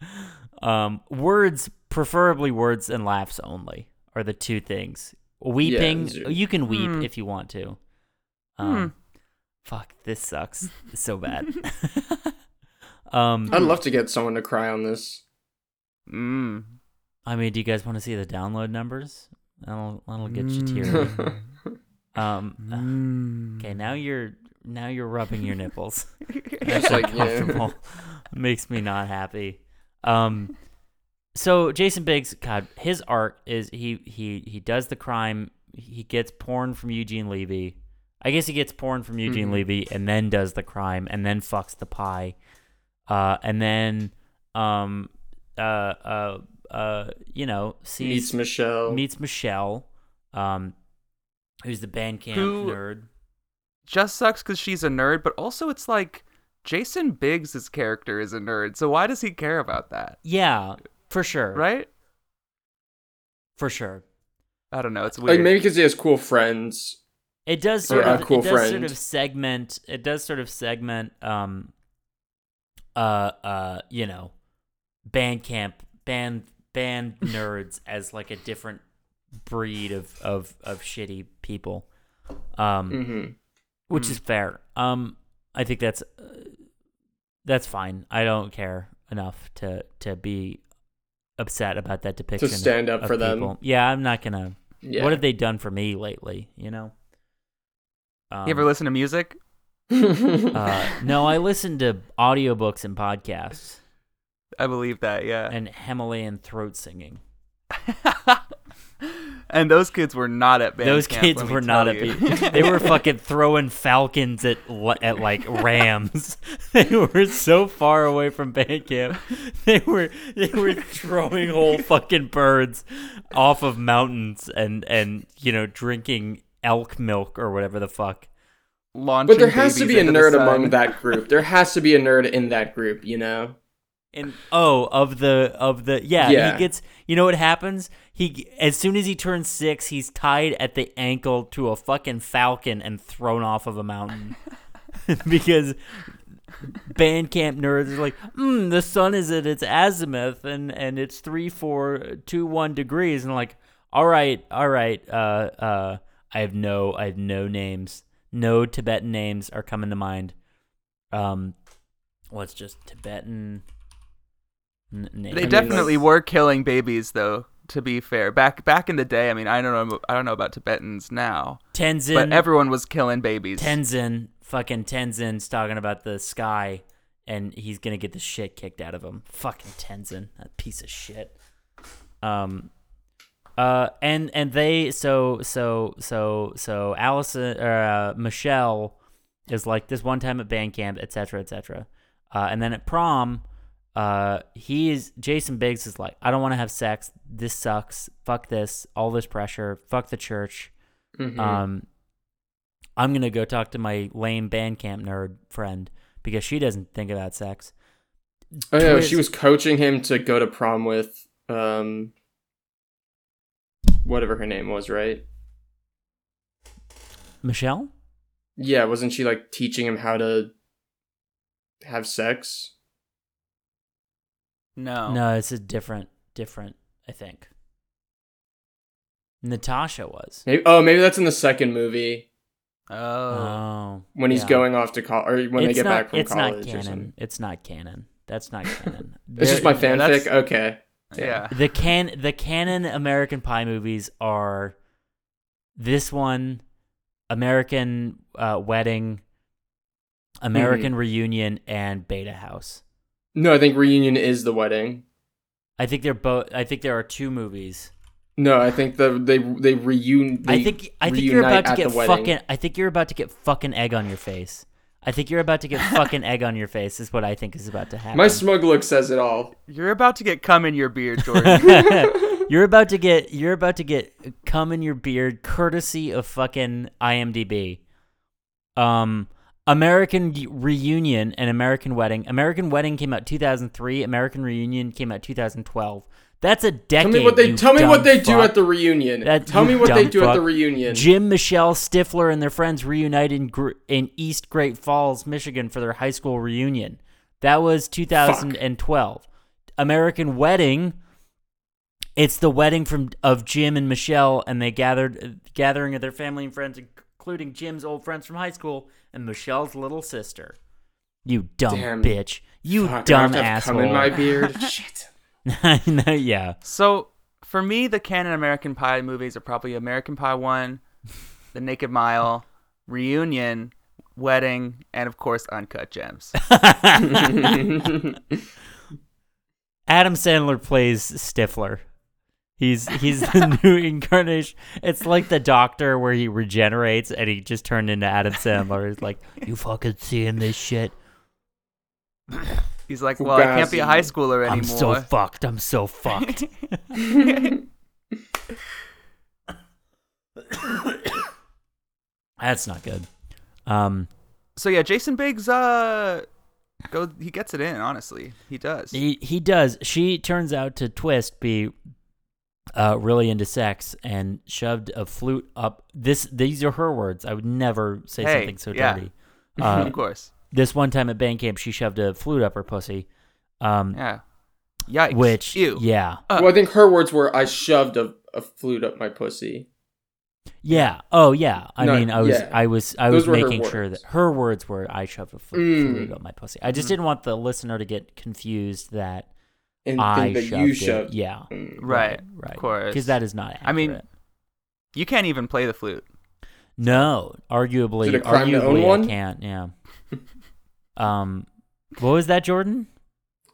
A: um words preferably words and laughs only are the two things. Weeping
B: those are-
A: you can weep
C: Hmm.
A: if you want to. Um fuck, this sucks so bad. um
B: I'd love to get someone to cry on this.
C: Mm.
A: I mean, do you guys want to see the download numbers? That'll that'll get you teary. Um,
C: Mm.
A: okay, now you're now you're rubbing your nipples. That's
B: It's like, yeah.
A: uncomfortable. Makes me not happy. Um, so Jason Biggs, God, his art is he he he does the crime. He gets porn from Eugene Levy. I guess he gets porn from Eugene
B: Mhm.
A: Levy and then does the crime and then fucks the pie, uh, and then um uh uh uh you know sees
B: Meets Michelle.
A: meets Michelle, um, who's the Bandcamp
C: Who-
A: nerd.
C: Just sucks because she's a nerd, but also it's like Jason Biggs' character is a nerd, so why does he care about that?
A: Yeah, for sure.
C: Right?
A: For sure.
C: I don't know. It's weird.
B: like maybe because he has cool friends.
A: It does
B: Or
A: sort
B: a
A: of
B: cool
A: it does sort
B: friend.
A: of segment it does sort of segment um uh uh you know band camp band band nerds as like a different breed of of of shitty people. Um
B: Mm-hmm.
A: which is fair. Um, I think that's uh, that's fine. I don't care enough to to be upset about that depiction.
B: stand up
A: of
B: for them.
A: people. Yeah, I'm not gonna.
B: Yeah.
A: What have they done for me lately? You know. Um,
C: you ever listen to music?
A: uh, no, I listen to audiobooks and podcasts
C: I believe that, yeah.
A: and Himalayan throat singing.
C: and those kids were not at band
A: Those
C: camp,
A: kids
C: let me
A: were not
C: tell
A: at
C: you.
A: beat. They were fucking throwing falcons at li- at like rams. they were so far away from band camp. They were they were throwing whole fucking birds off of mountains and and you know drinking elk milk or whatever the fuck.
C: launching.
B: but there has to
C: babies
B: be a
C: into the
B: nerd
C: sun.
B: among that group. There has to be a nerd in that group, you know?
A: And oh, of the of the yeah,
B: Yeah.
A: he gets. You know what happens? He as soon as he turns six, he's tied at the ankle to a fucking falcon and thrown off of a mountain because band camp nerds are like, mm, the sun is at its azimuth and and it's three, four, two, one degrees, and like, all right, all right, uh, uh, I have no, I have no names, no Tibetan names are coming to mind. Um, what's just Tibetan? N- names?
C: They
B: mean,
C: definitely
B: like-
C: were killing babies, though. To be fair, back back in the day, I mean, I don't know, I don't know about Tibetans now,
A: Tenzin.
C: but everyone was killing babies.
A: Tenzin, fucking Tenzin's talking about the sky, and he's gonna get the shit kicked out of him. Fucking Tenzin, that piece of shit. Um, uh, and and they so so so so Allison or uh, Michelle is like this one time at band camp, etc., etc. Uh, and then at prom, uh, he is Jason Biggs is like, I don't want to have sex. This sucks. Fuck this. All this pressure. Fuck the church.
B: Mhm.
C: Uh,
A: Um, I'm gonna go talk to my lame Bandcamp nerd friend because she doesn't think about sex.
B: oh, no,
A: Twist-
B: she was coaching him to go to prom with um, whatever her name was, right?
A: Michelle.
B: Yeah, wasn't she like teaching him how to have sex? Oh.
C: No,
A: No, it's a different, different. I think Natasha was.
B: Maybe, oh, maybe that's in the second movie
C: Oh,
A: Oh,
B: uh, when he's
A: yeah.
B: going off to college, or when
A: it's
B: they get
A: not,
B: back from
A: it's
B: college
A: not
B: or
A: canon.
B: something.
A: It's not canon. That's not canon.
B: It's just my
A: There-
B: fanfic.
C: that's-
B: Okay.
C: yeah.
A: the can the canon American Pie movies are this one, American uh, Wedding, American
B: Mm-hmm.
A: Reunion, and Beta House.
B: No, I think reunion is the wedding.
A: I think they're both. I think there are two movies.
B: No, I think the they they reunion.
A: I think I think you're about to get
B: fucking.
A: fucking. I think you're about to get fucking egg on your face. I think you're about to get fucking egg on your face. Is what I think is about to happen.
B: My smug look says it all.
C: You're about to get cum in your beard, Jordan.
A: you're about to get you're about to get cum in your beard courtesy of fucking IMDb. Um American G- Reunion and American Wedding. American Wedding came out 2003, American Reunion came out 2012. That's a decade.
B: Tell me what they
A: you
B: tell me what
A: dumb
B: they do
A: fuck.
B: at the reunion.
A: That-
B: tell
A: you
B: me what they
A: dumb
B: do at
A: fuck.
B: the reunion.
A: Jim, Michelle, Stifler, and their friends reunite in, Gr- in East Great Falls, Michigan for their high school reunion. That was 2012. American Wedding. It's the wedding from of Jim and Michelle, and they gathered gathering of their family and friends, including Jim's old friends from high school and Michelle's little sister. You dumb
B: Damn.
A: bitch. You
B: Fuck, I
A: dumb
B: have to have cum
A: asshole.
B: in my beard. Shit.
A: I know, yeah.
C: So for me, the canon American Pie movies are probably American Pie One, The Naked Mile, Reunion, Wedding, and of course Uncut Gems.
A: Adam Sandler plays Stifler. He's he's the new incarnation. It's like the Doctor where he regenerates and he just turned into Adam Sandler. He's like, you fucking seeing this shit?
C: He's like, well, I can't be a high schooler anymore.
A: I'm so fucked. I'm so fucked. That's not good. Um,
C: So yeah, Jason Biggs, uh, go. He gets it in. Honestly, he does.
A: he he does. She turns out to twist be uh, really into sex and shoved a flute up. This these are her words. I would never say
C: Hey,
A: something so
C: yeah.
A: dirty. Uh,
C: of course.
A: this one time at band camp, she shoved a flute up her pussy. Um,
C: Yeah. Yikes.
A: which
C: Ew. Uh,
A: yeah,
B: well, I think her words were, "I shoved a, a flute up my pussy."
A: yeah, oh yeah. I
B: No,
A: mean, I was,
B: yeah.
A: I was, I was
B: Those were her
A: making sure
B: words.
A: that her words were, "I shoved a flute,
B: Mm.
A: flute up my pussy." I just didn't want the listener to get confused that
B: And
A: I
B: think that
A: shoved
B: you
A: it.
B: shoved.
A: Yeah,
B: Mm.
C: Right.
A: right.
C: Of course.
A: because that is not. Accurate.
C: I mean, You can't even play the flute.
A: No, arguably,
B: Is it a crime to own
A: arguably, I
B: one?
A: can't. Yeah. um, what was that, Jordan?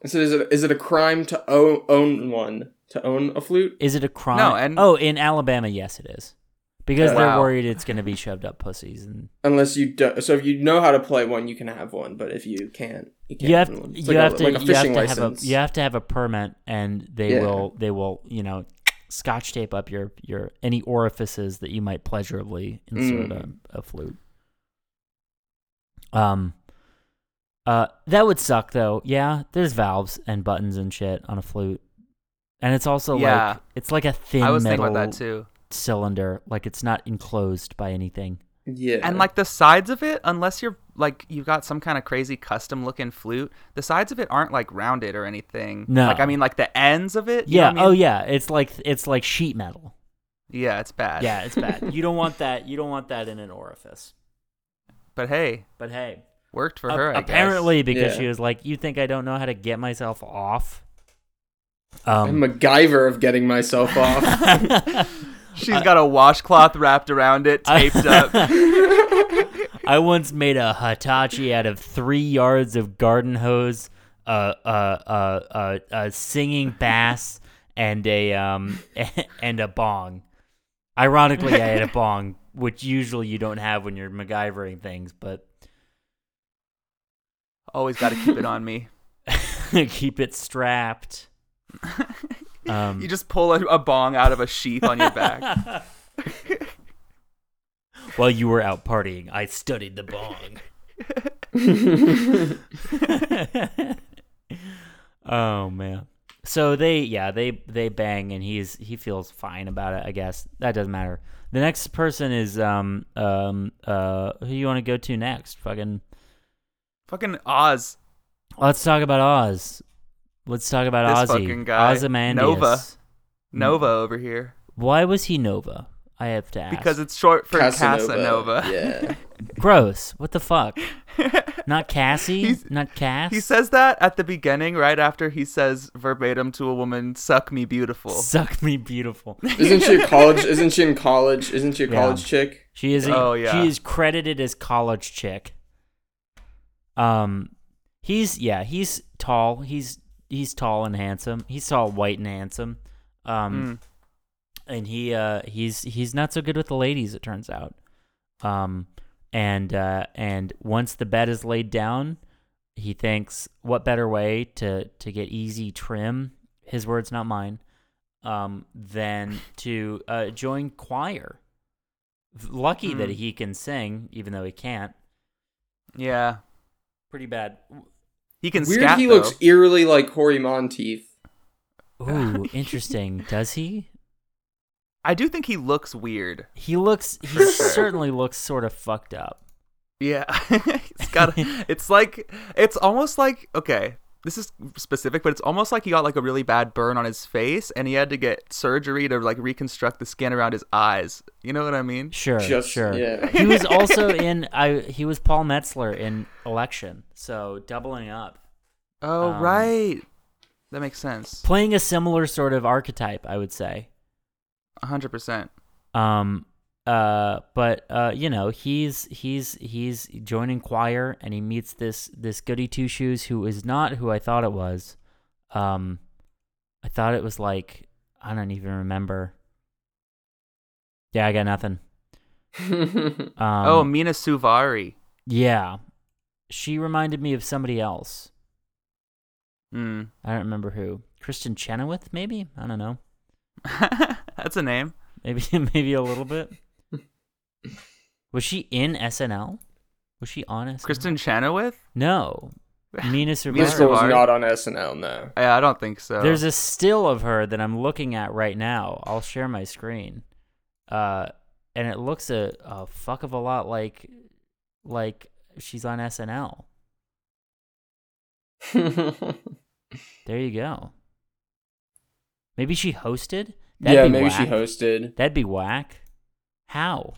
B: So is it is it a crime to own, own one? To own a flute?
A: Is it a crime?
C: No, and-
A: oh, in Alabama, yes, it is, because they're
C: Wow.
A: worried it's going to be shoved up pussies, and
B: Unless you do, so if you know how to play one, you can have one. But if you can't, you can't.
A: you have
B: own one. It's
A: you
B: like
A: have
B: a,
A: to
B: like
A: you
B: a
A: have
B: fishing
A: to have a
B: license.
A: you have to have a permit, and they
B: Yeah.
A: will they will you know scotch tape up your your any orifices that you might pleasurably insert
B: Mm.
A: a, a flute. Um. Uh, that would suck though. Yeah, there's valves and buttons and shit on a flute, and it's also
C: Yeah.
A: like it's like a thin
C: I was
A: metal
C: thinking about that too.
A: cylinder. Like it's not enclosed by anything.
B: yeah,
C: And like the sides of it, unless you're like you've got some kind of crazy custom looking flute, the sides of it aren't like rounded or anything.
A: No.
C: Like I mean, like the ends of it. you know
A: Yeah.
C: what I
A: Oh
C: mean?
A: yeah. It's like it's like sheet metal.
C: Yeah, it's bad.
A: Yeah, it's bad. You don't want that. You don't want that in an orifice.
C: But hey,
A: But hey,
C: worked for
A: ap-
C: her. I guess.
A: apparently because
B: Yeah.
A: she was like, "You think I don't know how to get myself off?"
B: I'm
A: Um,
B: MacGyver of getting myself off.
A: uh,
C: she's got a washcloth wrapped around it, taped up.
A: I once made a Hitachi out of three yards of garden hose, a uh, uh, uh, uh, a singing bass, and a um and a bong. Ironically, I had a bong, which usually you don't have when you're MacGyvering things, but
C: Always got to keep it on me.
A: keep it strapped. Um,
C: You just pull a, a bong out of a sheath on your back.
A: While you were out partying, I studied the bong. oh man. So they yeah, they they bang and he's he feels fine about it, I guess. That doesn't matter. The next person is um um uh who you want to go to next? Fucking
C: Fucking Oz.
A: Let's talk about Oz. Let's talk about
C: This
A: Ozzy.
C: fucking guy,
A: Ozymandias.
C: Nova. Nova over here.
A: Why was he Nova? I have to ask.
C: Because it's short for Casanova.
B: Casanova. Yeah.
A: gross. What the fuck? Not Cassie.
C: He's-
A: Not Cass.
C: He says that at the beginning, right after he says verbatim to a woman, "Suck me beautiful."
A: "Suck me beautiful."
B: Isn't she a college? Isn't she in college? Isn't she a
A: Yeah.
B: college chick?
A: She is.
C: Oh, yeah.
A: She is credited as college chick. Um, he's yeah. He's tall. He's he's tall and handsome. He's tall, white, and handsome. Um,
C: Mm.
A: and he uh he's he's not so good with the ladies it turns out um and uh and once the bed is laid down he thinks what better way to to get easy trim his words not mine um than to uh join choir lucky that
C: Mm.
A: he can sing even though he can't
C: Yeah,
A: pretty bad
C: he can
B: Weird.
C: scat.
B: he e-
C: though.
B: looks eerily like Cory Monteith.
A: Ooh, interesting. Does he?
C: I do think he looks weird.
A: He looks. He
C: sure.
A: certainly looks sort of fucked up.
C: Yeah. it's got it's like it's almost like okay, this is specific, but it's almost like he got like a really bad burn on his face and he had to get surgery to like reconstruct the skin around his eyes. You know what I mean?
A: Sure,
B: Just-
A: sure.
B: yeah.
A: He was also in. I. He was Paul Metzler in Election. So doubling up,
C: Oh,
A: Um,
C: right. That makes sense.
A: playing a similar sort of archetype, I would say.
C: 100%.
A: Um. Uh. But uh. You know, he's he's he's joining choir, and he meets this this goody two shoes who is not who I thought it was. Um, I thought it was like I don't even remember. Yeah, I got nothing. Um,
C: oh, Mina Suvari.
A: yeah, she reminded me of somebody else.
C: Mm.
A: I don't remember who. Kristen Chenoweth, maybe? I don't know.
C: That's a name.
A: Maybe maybe a little bit. Was she in SNL? Was she on SNL?
C: Kristen Chenoweth?
A: No. Mina
C: Mina
B: This girl was
C: Suvari?
B: not on SNL, no.
C: Yeah, I don't think so.
A: There's a still of her that I'm looking at right now. I'll share my screen. Uh and it looks a, a fuck of a lot like like she's on SNL. There you go. Maybe she hosted? That'd
B: yeah,
A: be
B: maybe she
A: whack.
B: hosted.
A: That'd be whack. How?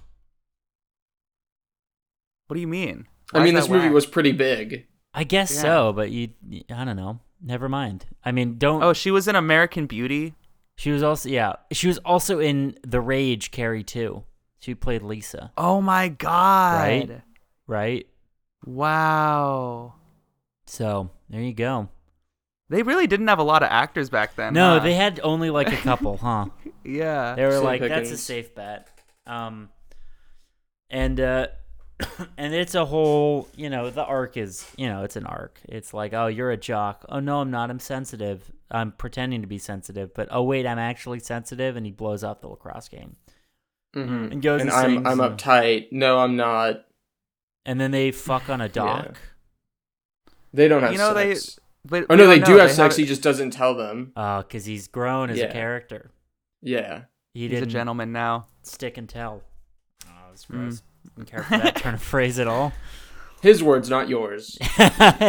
C: what do you mean?
B: I
C: Why
B: mean,
C: is
B: this
C: that
B: movie
C: whack?
B: was pretty big.
A: I guess
C: Yeah.
A: so, but you, I don't know. Never mind. I mean, don't.
C: Oh, she was in American Beauty.
A: she was also yeah. She was also in The Rage, Carrie too. She played Lisa,
C: Oh my god.
A: Right? right?
C: Wow.
A: So there you go.
C: They really didn't have a lot of actors back then.
A: no,
C: huh?
A: they had only like a couple, huh?
C: Yeah.
A: They were
B: Slim
A: like, that's a
B: pickings.
A: safe bet. Um, and uh, and it's a whole, you know, the arc is, you know, it's an arc. It's like, oh, you're a jock. Oh no, I'm not. I'm sensitive. I'm pretending to be sensitive, but oh wait, I'm actually sensitive. And he blows off the lacrosse game.
B: Mm-hmm.
A: And goes
B: and
A: and
B: I'm
A: sings
B: I'm
A: and-
B: uptight. No, I'm not.
A: and then they fuck on a dock.
B: They don't have
C: you know
B: sex.
C: they but
B: Oh no,
C: we
B: they
C: don't
B: do
C: know.
B: have
C: They
B: sex.
C: haven't-
B: He just doesn't tell them.
A: Uh, cause he's grown as a
B: Yeah.
A: character.
B: Yeah.
A: He
C: He's
A: didn't
C: a gentleman now.
A: stick and tell. Oh, that's
C: Mm.
A: gross. Didn't care for that turn of phrase at all.
B: His words, not yours.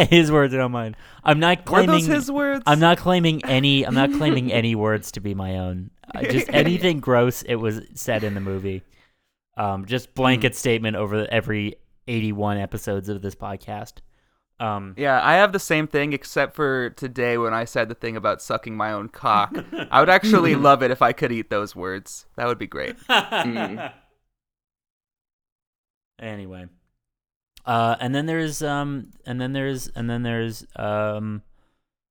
A: his words are not mine. I'm not
C: Were
A: claiming.
C: those his words?
A: I'm not claiming any. I'm not claiming any words to be my own. Uh, just anything gross. It was said in the movie. Um, just
C: Hmm.
A: blanket statement over every 81 episodes of this podcast. Um,
C: Yeah, I have the same thing except for today when I said the thing about sucking my own cock. I would actually love it if I could eat those words. That would be great.
B: Mm.
A: Anyway. Uh, and then there's um, and then there's and then there's um,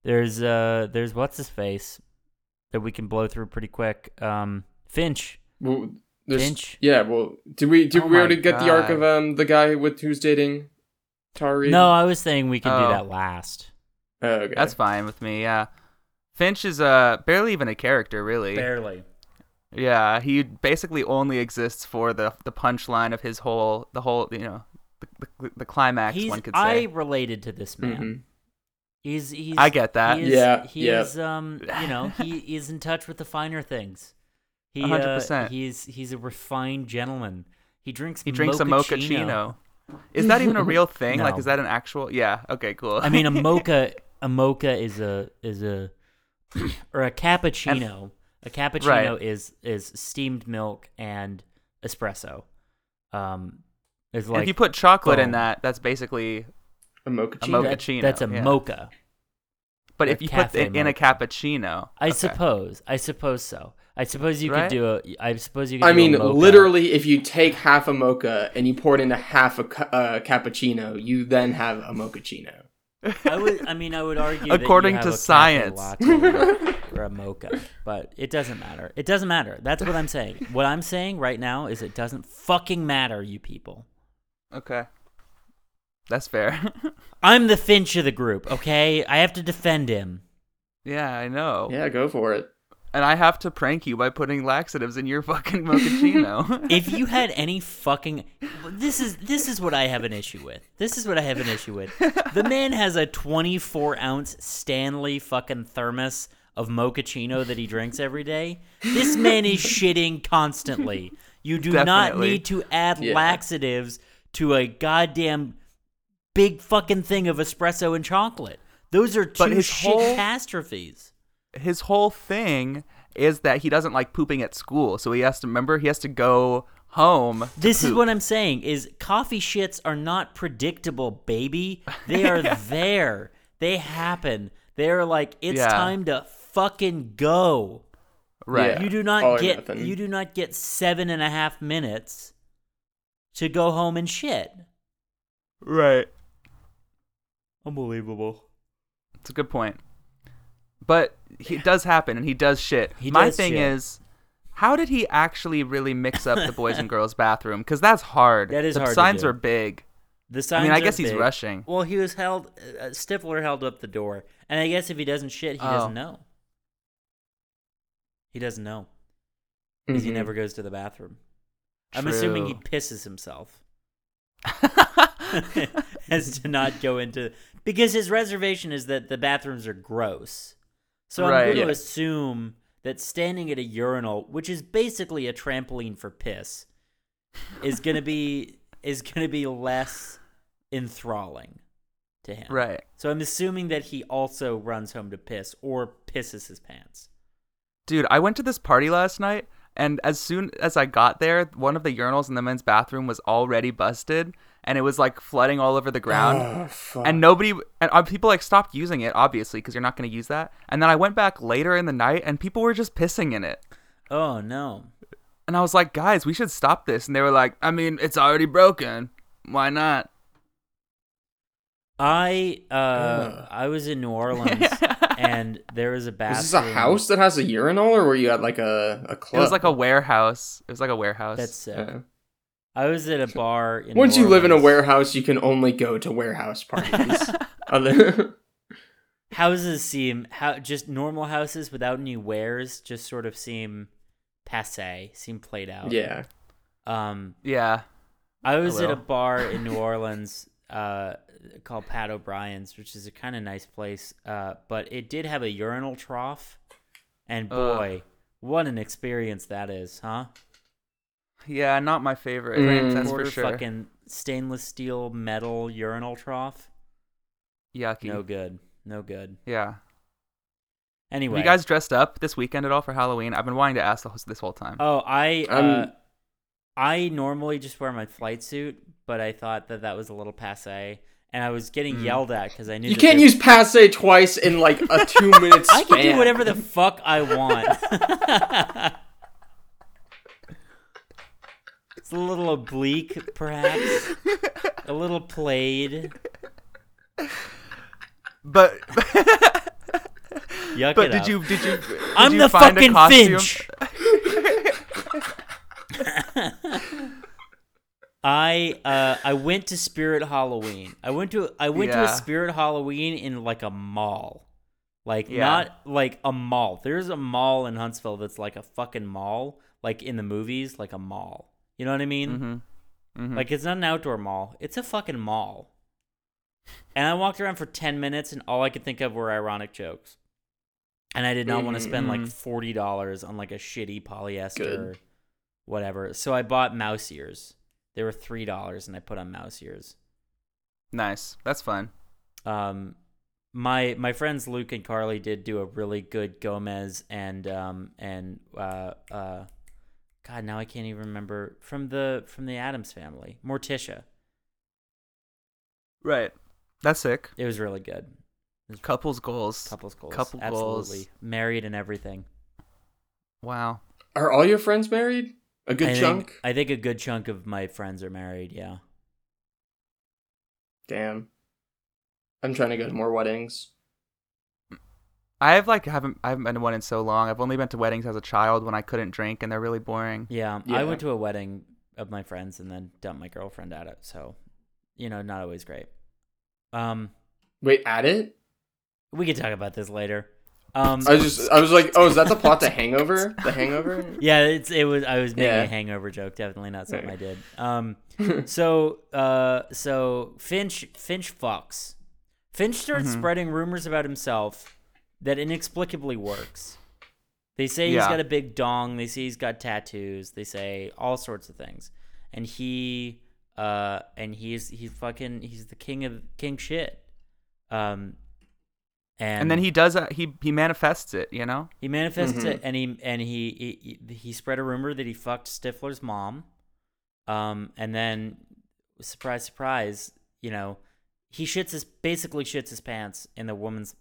A: there's uh, there's what's his face that we can blow through pretty quick. Um, Finch.
B: Well, there's,
A: Finch?
B: Yeah. Well, did we did
C: Oh
B: we
C: my
B: already get the arc
C: God.
B: of um the guy with who's dating Tari?
A: No, I was saying we can do
C: Oh.
A: that last.
B: Oh, okay.
C: That's fine with me. Yeah. Finch is uh barely even a character, really.
A: Barely.
C: Yeah, he basically only exists for the the punchline of his whole the whole you know the, the, the climax
A: He's,
C: one could
A: I
C: say. Mm-hmm.
A: related to this man.
B: Mhm.
A: He's, he's
C: I get that.
A: He is,
B: Yeah,
A: he
B: yeah.
A: is um you know, he is in touch with the finer things. He uh,
C: A hundred percent.
A: he's he's a refined gentleman. He drinks
C: he drinks a
A: mochaccino.
C: mochaccino. Is that even a real thing? Like,
A: No.
C: is that an actual? Yeah. Okay. Cool.
A: I mean a mocha a mocha is a is a or a cappuccino. a cappuccino
C: Right.
A: is is steamed milk and espresso. Um it's
C: And
A: like
C: if you put chocolate in
A: foam.
C: that, that's basically.
B: A mocha.
C: A
B: cheese.
C: mo-
A: that-
C: mochaccino,
A: That's a
C: yeah.
A: mocha.
C: But
A: A
C: if you put
A: cafe
C: it in a cappuccino,
A: I
C: okay.
A: suppose. I suppose so. I suppose you
C: Right?
A: could do a. I suppose you. Could
B: I
A: do
B: mean,
A: a mocha.
B: literally, if you take half a mocha and you pour it into half a cu- uh, cappuccino, you then have a mochaccino.
A: I would. I mean, I would argue.
C: According
A: that
C: to
A: you have
C: science.
A: a cafe latte or a mocha, but it doesn't matter. It doesn't matter. That's what I'm saying. What I'm saying right now is it doesn't fucking matter, you people.
C: Okay. That's fair.
A: I'm the Finch of the group. Okay, I have to defend him.
C: yeah, I know.
B: Yeah, go for it.
C: And I have to prank you by putting laxatives in your fucking mochaccino.
A: If you had any fucking, this is this is what I have an issue with. This is what I have an issue with. The man has a 24 ounce Stanley fucking thermos of mochaccino that he drinks every day. This man is shitting constantly. You do not
C: Definitely.
A: need to add
B: Yeah.
A: laxatives to a goddamn big fucking thing of espresso and chocolate. Those are
C: But
A: two
C: his
A: shit
C: whole-
A: catastrophes.
C: his whole thing is that he doesn't like pooping at school, so he has to remember he has to go home. to
A: This is
C: poop.
A: what I'm saying is coffee shits are not predictable, baby. They are there. They happen. They're like it's
C: Yeah.
A: time to fucking go.
C: right.
B: Yeah.
A: You do
B: all or
A: not get
B: nothing.
A: you do not get seven and a half minutes to go home and shit.
C: Right.
A: Unbelievable.
C: It's a good point. But he it does happen and he does shit.
A: He
C: My
A: does
C: thing
A: shit.
C: is how did he actually really mix up the boys and girls bathroom? Because that's hard.
A: That is
C: the
A: hard to
C: Signs
A: do.
C: are big.
A: The signs
C: I mean, I
A: are
C: guess he's
A: big.
C: rushing.
A: Well, he was held. Uh, Stifler held up the door, and I guess if he doesn't shit, he
C: Oh.
A: doesn't know. He doesn't know because he
B: Mhm.
A: never goes to the bathroom. I'm assuming he
C: Mm-hmm. True.
A: pisses himself as to not go into because his reservation is that the bathrooms are gross. So I'm
C: Right.
A: going to
B: Yeah.
A: assume that standing at a urinal, which is basically a trampoline for piss, is going to be is going to be less enthralling to him.
C: Right.
A: So I'm assuming that he also runs home to piss or pisses his pants.
C: Dude, I went to this party last night, and as soon as I got there, one of the urinals in the men's bathroom was already busted, and it was like flooding all over the ground.
B: Oh, fuck.
C: and nobody, and uh, people like stopped using it, obviously, because you're not going to use that. And then I went back later in the night, and people were just pissing in it.
A: Oh no.
C: And I was like, guys, we should stop this. And they were like, I mean, it's already broken. Why not?
A: I uh I was in New Orleans and there was a bathroom.
B: Is this a house that has a urinal, or were you at like a a
C: It
B: club?
C: was like a warehouse. It was like a warehouse.
A: That's sick.
B: Uh,
A: I was at a bar in
B: once
A: New
B: you live in a
A: Orleans.
B: warehouse, you can only go to warehouse parties. Other-
A: houses seem how just normal houses without any wares just sort of seem passe, seem played out.
B: yeah.
A: Um
C: yeah.
A: I was at a
C: Hello.
A: bar in New Orleans uh, called Pat O'Brien's, which is a kind of nice place, uh, but it did have a urinal trough, and
C: Ugh.
A: boy, what an experience that is, huh?
C: Yeah, not my favorite.
B: Mm.
C: That's for
A: Quarter
C: sure.
A: fucking stainless steel metal urinal trough.
C: Yucky.
A: No good. No good.
C: Yeah. Have
A: Anyway,
C: You guys dressed up this weekend at all for Halloween? I've been wanting to ask the host this whole time.
A: Oh, I uh,
B: I'm-
A: I normally just wear my flight suit, but I thought that that was a little passe, and I was
C: Hmm.
A: getting yelled at because I knew
B: You
A: that
B: can't
A: there-
B: use passe twice in like a two minute span.
A: I can do whatever the fuck I want. it's a little oblique, perhaps. A little played.
C: but
A: Yuck
C: but
A: it
C: did
A: up.
C: you did you? did
A: I'm
C: you
A: the
C: find a
A: fucking
C: costume?
A: Finch. I uh, I went to Spirit Halloween. I went to I went to
C: Yeah.
A: a Spirit Halloween in like a mall, like
C: Yeah.
A: not like a mall. There's a mall in Huntsville that's like a fucking mall, like in the movies, like a mall. You know what I mean?
C: Mhm. Mhm.
A: Like it's not an outdoor mall. It's a fucking mall. And I walked around for 10 minutes and all I could think of were ironic jokes. And I did not want to spend like
C: Mhm.
A: $40 on like a shitty polyester
B: Good.
A: whatever. So I bought mouse ears. They were $3 and I put on mouse ears.
C: nice. That's fun.
A: Um my my friends Luke and Carly did do a really good Gomez and um and uh uh God, now I can't even remember from the from the Adams family. Morticia.
C: Right. That's sick.
A: It was really good.
C: Couples goals.
A: Couples goals.
C: Couple goals.
A: Absolutely. Married and everything.
C: Wow.
B: Are all your friends married? A good
A: I think-
B: chunk.
A: I think a good chunk of my friends are married, yeah.
B: Damn. I'm trying to go to more weddings.
C: I have like haven't I haven't been to one in so long. I've only been to weddings as a child when I couldn't drink and they're really boring.
A: yeah.
B: Yeah.
A: I went to a wedding of my friends and then dumped my girlfriend at it, so you know, not always great. Um
B: Wait, at it?
A: we could talk about this later. Um
B: I was just I was like, oh, is that the plot to Hangover? The Hangover?
A: yeah, it's it was I was making
B: Yeah.
A: a hangover joke, definitely not something
B: Yeah.
A: I did. Um so uh
C: Mm-hmm.
A: so Finch Finch fucks. Finch starts spreading rumors about himself that inexplicably works. They say he's
C: Yeah.
A: got a big dong. They say he's got tattoos. They say all sorts of things, and he, uh, and he's he's fucking he's the king of king shit. Um, and,
C: And then he does. A, he he manifests it. You know.
A: he manifests
B: Mhm.
A: it, and he and he, he he spread a rumor that he fucked Stifler's mom, um, and then surprise, surprise, you know, he shits his basically shits his pants in the woman's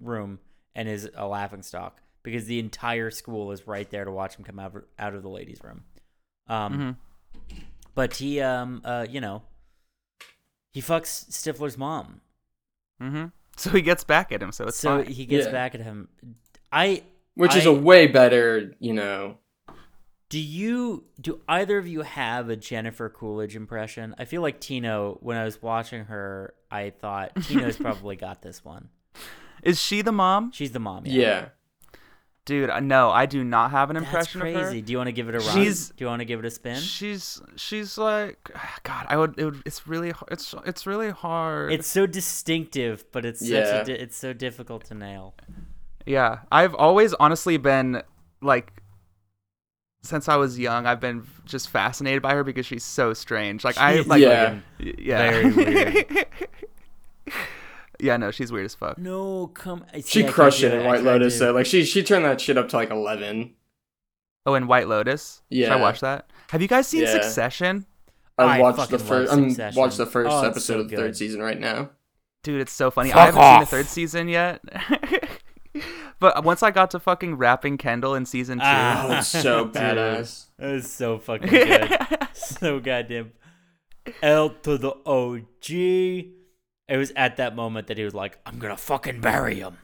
A: room and is a laughing stock because the entire school is right there to watch him come out of, out of the ladies' room. Um,
C: Mhm.
A: But he, um, uh, you know, he fucks Stifler's mom,
C: Mm-hmm. So he gets back at him. So it's
A: so
C: fine.
A: he gets
B: Yeah.
A: back at him. I
B: Which is
A: I-
B: a way better, you know.
A: Do you do either of you have a Jennifer Coolidge impression? I feel like Tino when I was watching her, I thought Tino's probably got this one.
C: Is she the mom?
A: She's the mom.
B: Yeah.
C: Dude, I- no, I do not have an
A: That's
C: impression
A: crazy.
C: of her.
A: Do you want to give it a run?
C: She's-
A: Do you want to give it a spin?
C: She's she's like God. I would. It would it's really. h- It's it's really hard.
A: It's so distinctive, but it's such
B: Yeah.
A: a di- it's so difficult to nail.
C: Yeah, I've always honestly been like since I was young, I've been just fascinated by her because she's so strange. Like I
A: She's
C: like
B: Yeah.
C: y- yeah.
A: very weird.
C: yeah, no, she's weird as fuck.
A: No, come. I- see,
B: She
A: I can't
B: crushed
A: do
B: it in
A: I
B: White
A: tried
B: Lotus
A: to-
B: though. Like she she turned that shit up to like eleven.
C: Oh, and White Lotus. Should I
B: Yeah.
C: watch that? Have you guys seen
B: Yeah.
C: Succession?
A: I
B: I watched
A: fucking
B: the first
A: love
B: I'm
A: Succession.
B: watched the first
A: Oh, it's
B: episode
A: so
B: of the third
A: good.
B: season right now.
C: Dude, it's so funny.
A: Fuck
C: I haven't seen
A: off.
C: the third season yet. but once I got to fucking rapping Kendall in season two,
A: Ah.
B: Oh, it's so
A: Dude.
B: badass.
A: That is so fucking good. so goddamn. L to the OG. It was at that moment that he was like, "I'm gonna fucking bury him."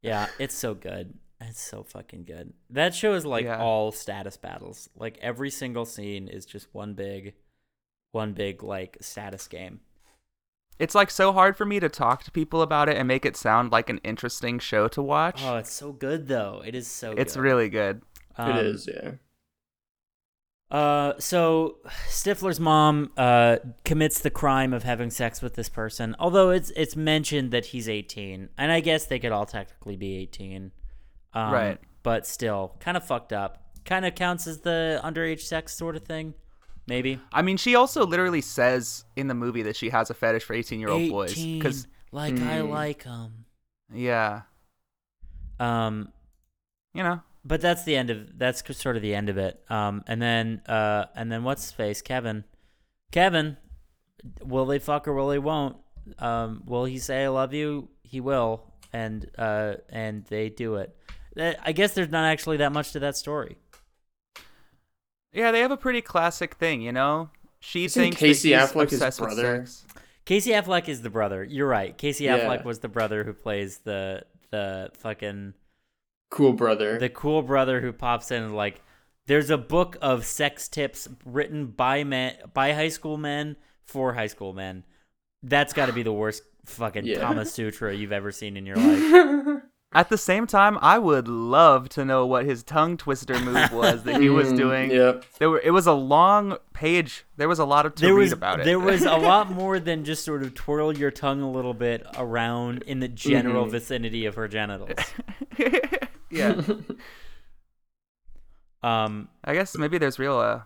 A: Yeah, it's so good. It's so fucking good. That show is like
C: Yeah.
A: all status battles. Like every single scene is just one big, one big like status game.
C: it's like so hard for me to talk to people about it and make it sound like an interesting show to watch.
A: Oh, it's so good though. It is so.
C: it's
A: good.
C: really good.
A: Um,
B: it is, yeah.
A: Uh, so Stifler's mom uh commits the crime of having sex with this person. Although it's it's mentioned that he's 18, and I guess they could all technically be 18. Um,
C: Right.
A: But still, kind of fucked up. Kind of counts as the underage sex sort of thing, maybe.
C: I mean, she also literally says in the movie that she has a fetish for 18 year old boys. Because,
A: like I
B: Hmm.
A: like them.
C: yeah,
A: Um,
C: you know,
A: but that's the end of that's c- sort of the end of it. Um, and then uh, and then what's his face Kevin? Kevin, will they fuck or will they won't? Um, will he say I love you? He will, and uh, and they do it. That- I guess there's not actually that much to that story.
C: yeah, they have a pretty classic thing, you know? She
B: Isn't
C: thinks
B: Casey
C: that he's
B: Affleck his
C: obsessed with
B: brother?
C: sex.
A: Casey Affleck is the brother. You're right. Casey
B: Yeah.
A: Affleck was the brother who plays the the fucking
B: Cool brother.
A: the cool brother who pops in and like there's a book of sex tips written by men by high school men for high school men that's got to be the worst fucking
B: Yeah.
A: kama sutra you've ever seen in your life
C: At the same time, I would love to know what his tongue twister move was that he was
B: Mm,
C: doing.
B: Yep.
C: There were, it was a long page. There was a lot of to
A: there
C: read
A: was
C: about it.
A: there was a lot more than just sort of twirl your tongue a little bit around in the general
C: Mm-hmm.
B: Mhm.
A: vicinity of her genitals
C: yeah,
A: um
C: I guess maybe there's real. Uh,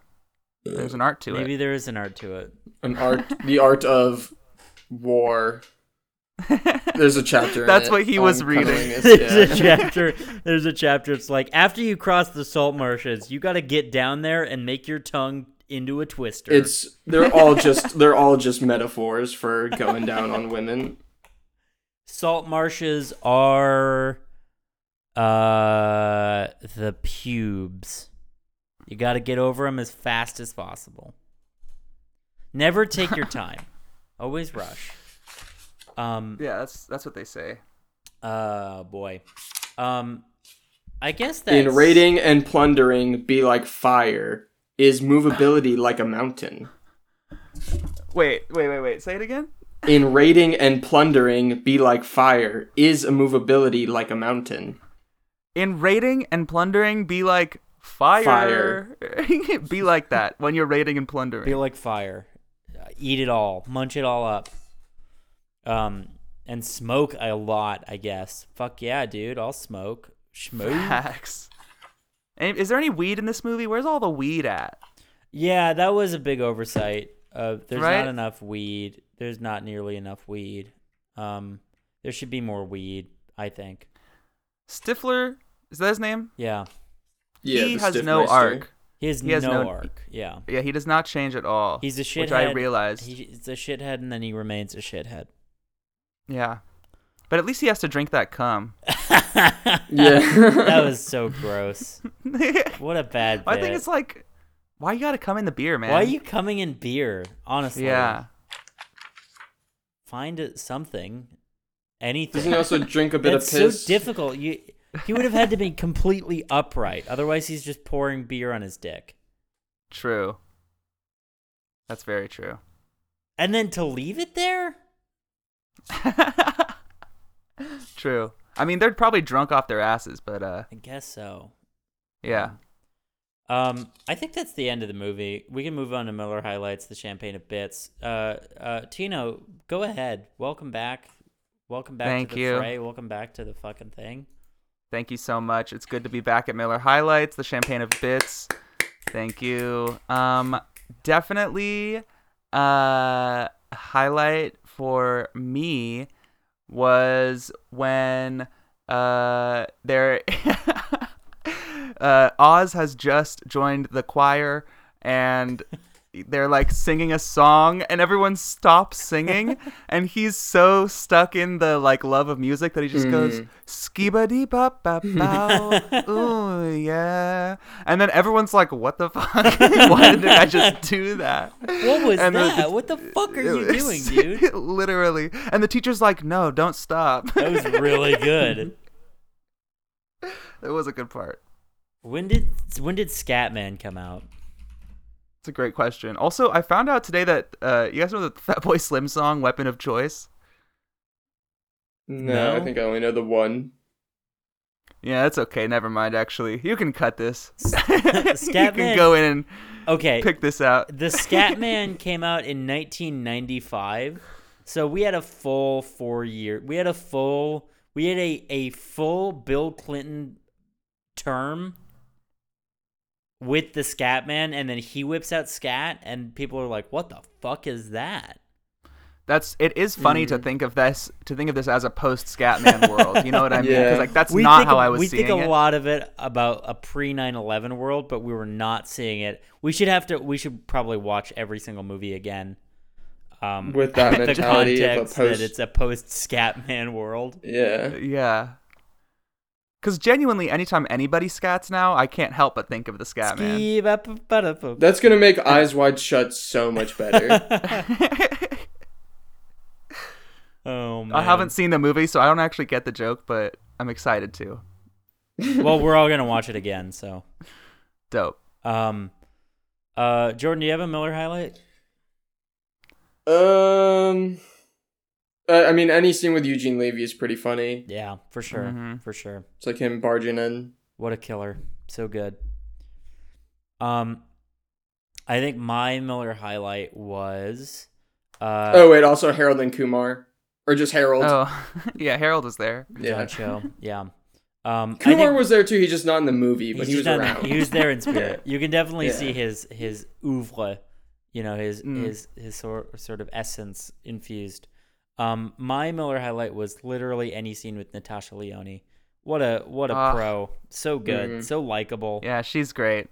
C: there's an art to
A: maybe
C: it.
A: there is an art to it
B: An art the art of war. There's a chapter. in
C: That's
B: it
C: what he
B: on
C: was reading.
B: cunnilingus,
A: there's a
B: yeah.
A: chapter there's a chapter it's like after you cross the salt marshes you got to get down there and make your tongue into a twister
B: It's they're all just they're all just metaphors for going down on women.
A: salt marshes are uh the pubes you got to get over them as fast as possible never take your time always rush um
C: Yeah, that's that's what they say.
A: uh boy um i guess that's
B: In raiding and plundering, be like fire. Is movability like a mountain?
C: Wait, wait, wait, wait. Say it again.
B: In raiding and plundering, be like fire. Is a movability like a mountain?
C: in raiding and plundering be like fire, be like that when you're raiding and plundering
A: Uh, Be like fire. Eat it all. Munch it all up. Um, and smoke a lot, I guess. Fuck yeah, dude. I'll smoke. Schmoo.
C: Facts. And is there any weed in this movie? Where's all the weed at?
A: yeah, that was a big oversight. Uh, there's
C: Right?
A: not enough weed. There's not nearly enough weed. Um, there should be more weed, I think.
C: Stifler is that his name?
A: Yeah.
B: Yeah,
C: he
B: the
C: has
B: stiff
C: no
B: meister.
C: arc.
A: He has,
C: He has
A: no,
C: no-
A: arc. Yeah.
C: Yeah, he does not change at all.
A: He's a shithead.
C: Which I realized.
A: He's a shithead and then he remains a shithead.
C: Yeah. But at least he has to drink that cum.
B: Yeah.
A: that was so gross.
C: I
A: What a bad bit.
C: think it's like, why you gotta come in the beer, man?
A: Why are you coming in beer? Honestly.
C: Yeah.
A: Find it something.
B: Doesn't
A: Anything.
B: he also drink a bit
A: That's
B: of piss?
A: so difficult. You he would have had to be completely upright. Otherwise he's just pouring beer on his dick.
C: True. That's very true.
A: And then to leave it there?
C: True. I mean, they're probably drunk off their asses, but uh,
A: I guess so.
C: yeah.
A: Um, I think that's the end of the movie. We can move on to Miller highlights, the champagne of bits. Uh, uh, Tino, go ahead. Welcome back. Welcome back
C: Thank
A: to the
C: you.
A: fray. Welcome back to the fucking thing.
C: Thank you so much. It's good to be back at Miller Highlights, the champagne of bits. Thank you. Um, definitely, uh, highlight for me was when uh there uh Oz has just joined the choir and they're like singing a song and everyone stops singing and he's so stuck in the like love of music that he just goes
A: Mm.
C: skiba dee bop bop bow ooh yeah and then everyone's like what the fuck why did I just do that
A: What was
C: And the-
A: that? what the fuck are you doing, dude?
C: Literally. And the teacher's like, no, don't stop.
A: That was really good.
C: that was a good part.
A: When did when did Scatman come out?
C: It's a great question. Also, I found out today that uh, you guys know the Fatboy Slim song, Weapon of Choice?
B: No, I
A: No?
B: think I only know the one.
C: Yeah, that's okay. Never mind, actually. You can cut this. you
A: Scatman-
C: can go in and
A: Okay,
C: pick this out.
A: the Scatman came out in 1995, so we had a full four year. We had a full. We had a a full Bill Clinton term with the Scatman, and then he whips out Scat, and people are like, "What the fuck is that?"
C: That's it is funny
A: Mm.
C: to think of this to think of this as a post Scatman world. You know what I mean?
B: Yeah.
C: Because like that's
A: we
C: not
A: think
C: how
A: a-
C: I was
A: we
C: seeing
A: think a
C: it.
A: lot of it about a pre 9-11 world but we were not seeing it we should have to we should probably watch every single movie again um
B: With that
A: the
B: mentality of a
A: context
B: post-
A: that it's a post scatman world
B: Yeah.
C: Uh, Yeah. Because genuinely, anytime anybody scats now, I can't help but think of the Scatman.
A: Ski-ba-ba-ba-da-ba.
B: That's gonna make Eyes Wide Shut so much better.
A: oh man
C: I haven't seen the movie, so I don't actually get the joke, but I'm excited to.
A: well we're all gonna watch it again so
C: Dope.
A: um uh jordan do you have a miller highlight
B: um, I I mean, any scene with Eugene Levy is pretty funny.
A: yeah for sure
B: Mm-hmm.
C: Mhm.
A: for sure
B: It's like him barging in.
A: What a killer. So good. Um I think my Miller highlight was uh
B: oh wait, also Harold and Kumar, or just Harold.
C: Oh, yeah, Harold was there.
B: yeah.
A: John Cho. Yeah. Um I
B: Kumar
A: think
B: was there too. He's just not in the movie, but
A: he's
B: he was
A: just not-
B: around.
A: he was there in spirit. You can definitely
B: Yeah.
A: see his his oeuvre, you know, his
C: Mm.
A: his his sort sort of essence infused. Um my Miller highlight was literally any scene with Natasha Leone. What a what a
C: Ah.
A: pro. So good,
B: Mhm.
A: so likable.
C: Yeah, she's great.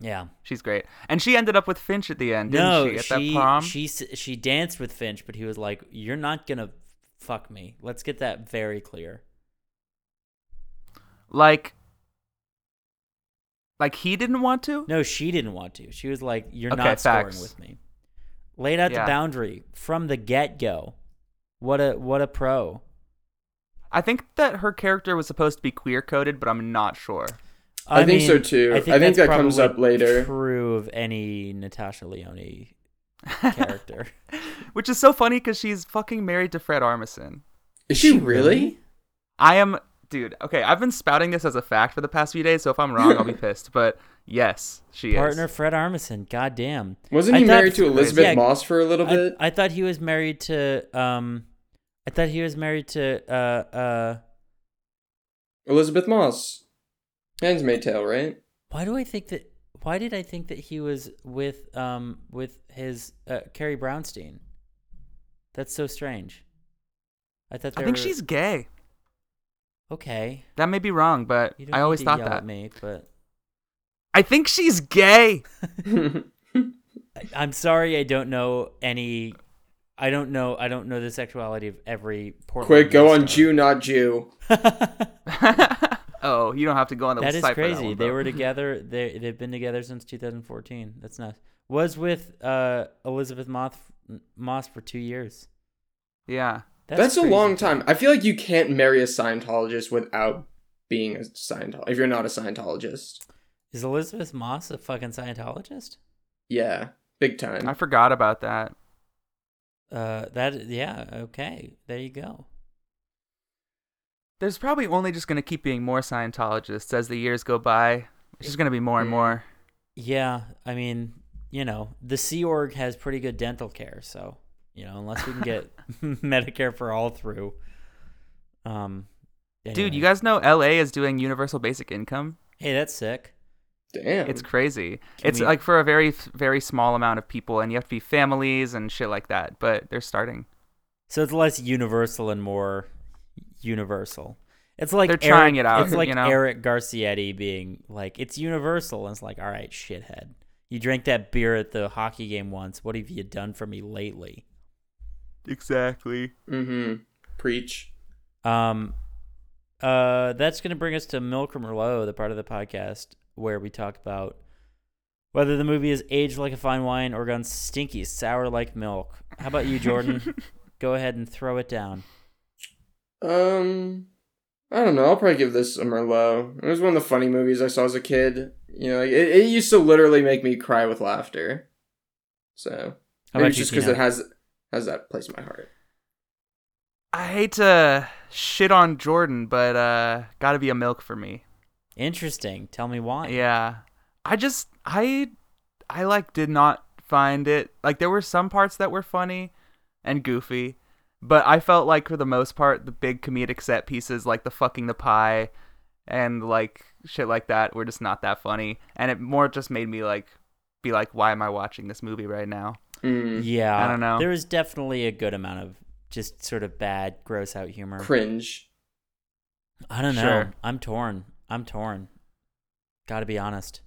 A: yeah.
C: She's great. And she ended up with Finch at the end, didn't
A: no,
C: she? At
A: she,
C: that prom?
A: she s- she danced with Finch, but he was like, "You're not gonna fuck me." Let's get that very clear.
C: Like, like he didn't want to?
A: No, she didn't want to. She was like, "You're
C: Okay,
A: not scoring
C: facts.
A: with me." Laid out
C: Yeah.
A: the boundary from the get go. What a what a pro.
C: I think that her character was supposed to be queer coded, but I'm not sure.
B: I think so, too. I think
A: that's
B: that comes
A: probably
B: up later.
A: True of any Natasha Leone character.
C: Which is so funny because she's fucking married to Fred Armisen.
B: Is she really?
C: I am, dude. Okay, I've been spouting this as a fact for the past few days, so if I'm wrong, I'll be pissed. But yes, she
A: Partner
C: is.
A: Fred Armisen. Goddamn.
B: Wasn't
A: I
B: he
A: thought-
B: married to Elizabeth
A: Yeah,
B: Moss for a little
A: I-
B: bit?
A: I, thought he was married to um I thought he was married to uh uh
B: Elizabeth Moss. Handmaid's Tale, right?
A: why do I think that why did I think that he was with um with his uh Carrie Brownstein? That's so strange. I thought they
C: I think
A: were-
C: she's gay.
A: okay.
C: That may be wrong, but
A: You don't
C: I
A: need
C: always
A: to
C: thought
A: yell at
C: that.
A: me, but
C: I think she's gay.
A: I- I'm sorry I don't know any I don't know I don't know the sexuality of every Portland
B: Quick, go
A: Jew.
B: on Jew, not Jew.
C: oh, you don't have to go on the
A: that
C: site
A: is
C: for
A: crazy.
C: one,
A: they
C: though.
A: were together. They they've been together since 2014. That's nuts. Was with uh, Elizabeth Moss Moss for two years.
C: Yeah.
B: That's, a
A: crazy.
B: long time. I feel like you can't marry a Scientologist without being a Scientologist. If you're not a Scientologist,
A: Is Elizabeth Moss a fucking Scientologist?
B: yeah, big time.
C: I forgot about that.
A: Uh, that yeah. Okay, there you go.
C: There's probably only just going to keep being more Scientologists as the years go by. It's just going to be more and
B: Mm.
C: more.
A: Yeah, I mean, you know, the Sea Org has pretty good dental care, so you know, unless we can get Medicare for all through. Um,
C: Dude, you
A: anyway.
C: guys know LA is doing universal basic income?
A: Hey, that's sick.
B: Damn,
C: It's crazy.
A: Can
C: it's
A: we-
C: like for a very very small amount of people and you have to be families and shit like that, but they're starting.
A: So it's less universal and more universal. It's like
C: They're trying
A: Eric-
C: it out,
A: It's like
C: you know?
A: Eric Garcietti being like, "It's universal," and it's like, "All right, shithead, you drank that beer at the hockey game once. What have you done for me lately?"
C: Exactly.
B: Mm-hmm. Preach.
A: Um, uh, that's gonna bring us to Milk or Merlot, the part of the podcast where we talk about whether the movie is aged like a fine wine or gone stinky sour like milk. How about you, Jordan? Go ahead and throw it down.
B: Um, I don't know. I'll probably give this a Merlot. It was one of the funny movies I saw as a kid. You know, it, it used to literally make me cry with laughter. So
A: How
B: maybe
A: about
B: it's
A: you,
B: just because
A: Tina?
B: it has has that place in my heart.
C: I hate to shit on Jordan, but uh got to be a milk for me.
A: Interesting. Tell me why.
C: Yeah. I just I I like did not find it like there were some parts that were funny and goofy, but I felt like for the most part the big comedic set pieces like the fucking the pie and like shit like that were just not that funny and it more just made me like be like why am I watching this movie right now?
B: Mm,
A: Yeah.
C: I don't know.
A: There is definitely a good amount of just sort of bad, gross out humor.
B: cringe.
A: I don't know.
C: Sure.
A: I'm torn. I'm torn. Got to be honest.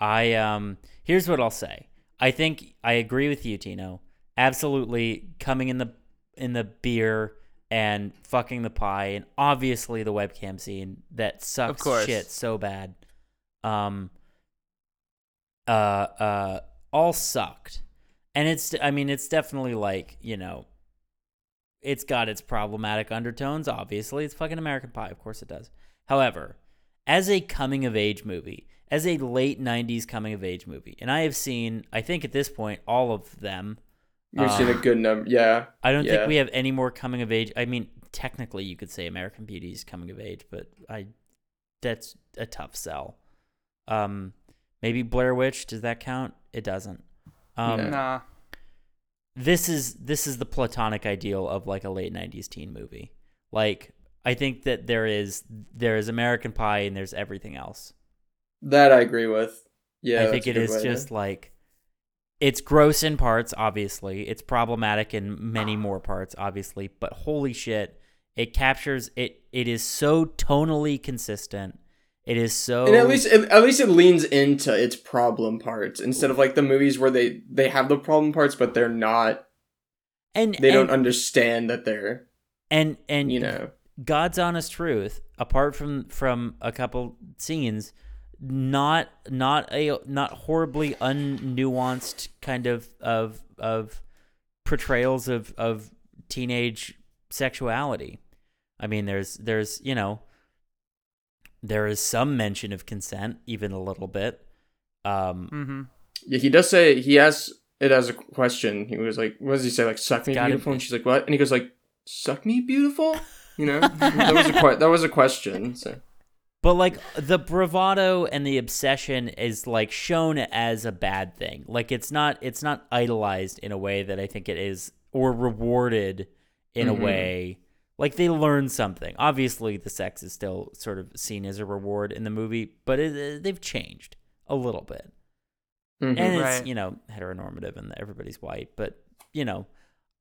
A: I um here's what I'll say. I think I agree with you, Tino. Absolutely coming in the in the beer and fucking the pie and obviously the webcam scene that sucks
C: course.
A: shit so bad. Um uh uh all sucked. And it's I mean it's definitely like, you know, it's got its problematic undertones, obviously. It's fucking American Pie, of course it does. However, as a coming of age movie, as a late 90s coming of age movie, and I have seen, I think at this point, all of them.
B: We've
A: Uh,
B: seen a good number. Yeah.
A: I don't
B: Yeah.
A: think we have any more coming of age. I mean, technically, you could say American Beauty is coming of age, but I that's a tough sell. Um, maybe Blair Witch. Does that count? It doesn't. Um,
B: Yeah.
C: Nah.
A: this is this is the platonic ideal of like a late 90s teen movie like i think that there is there is american pie and there's everything else
B: That I agree with. Yeah.
A: i think
B: that's a
A: it
B: good way
A: is
B: to-
A: just like it's gross in parts obviously it's problematic in many more parts obviously but holy shit it captures it it is so tonally consistent it is so
B: And at least at, at least it leans into its problem parts instead of like the movies where they they have the problem parts but they're not
A: and
B: they don't
A: and-
B: understand that they're
A: and and
B: you know
A: God's honest truth, apart from from a couple scenes, not not a not horribly unnuanced kind of of of portrayals of of teenage sexuality. I mean, there's there's you know there is some mention of consent, even a little bit. Um,
C: Mhm.
B: Yeah, he does say he asks it as a question. He was like, "What does he say? Like, suck me
A: gotta
B: beautiful?"
A: be-
B: And she's like, "What?" And he goes like, "Suck me beautiful." You know, that was a que- that was a question. So
A: But like the bravado and the obsession is like shown as a bad thing. Like it's not it's not idolized in a way that I think it is or rewarded in
B: Mhm.
A: a way like they learn something. Obviously, the sex is still sort of seen as a reward in the movie, but it, it- they've changed a little bit,
B: Mhm.
A: and
C: Right.
A: it's you know heteronormative and everybody's white, but you know,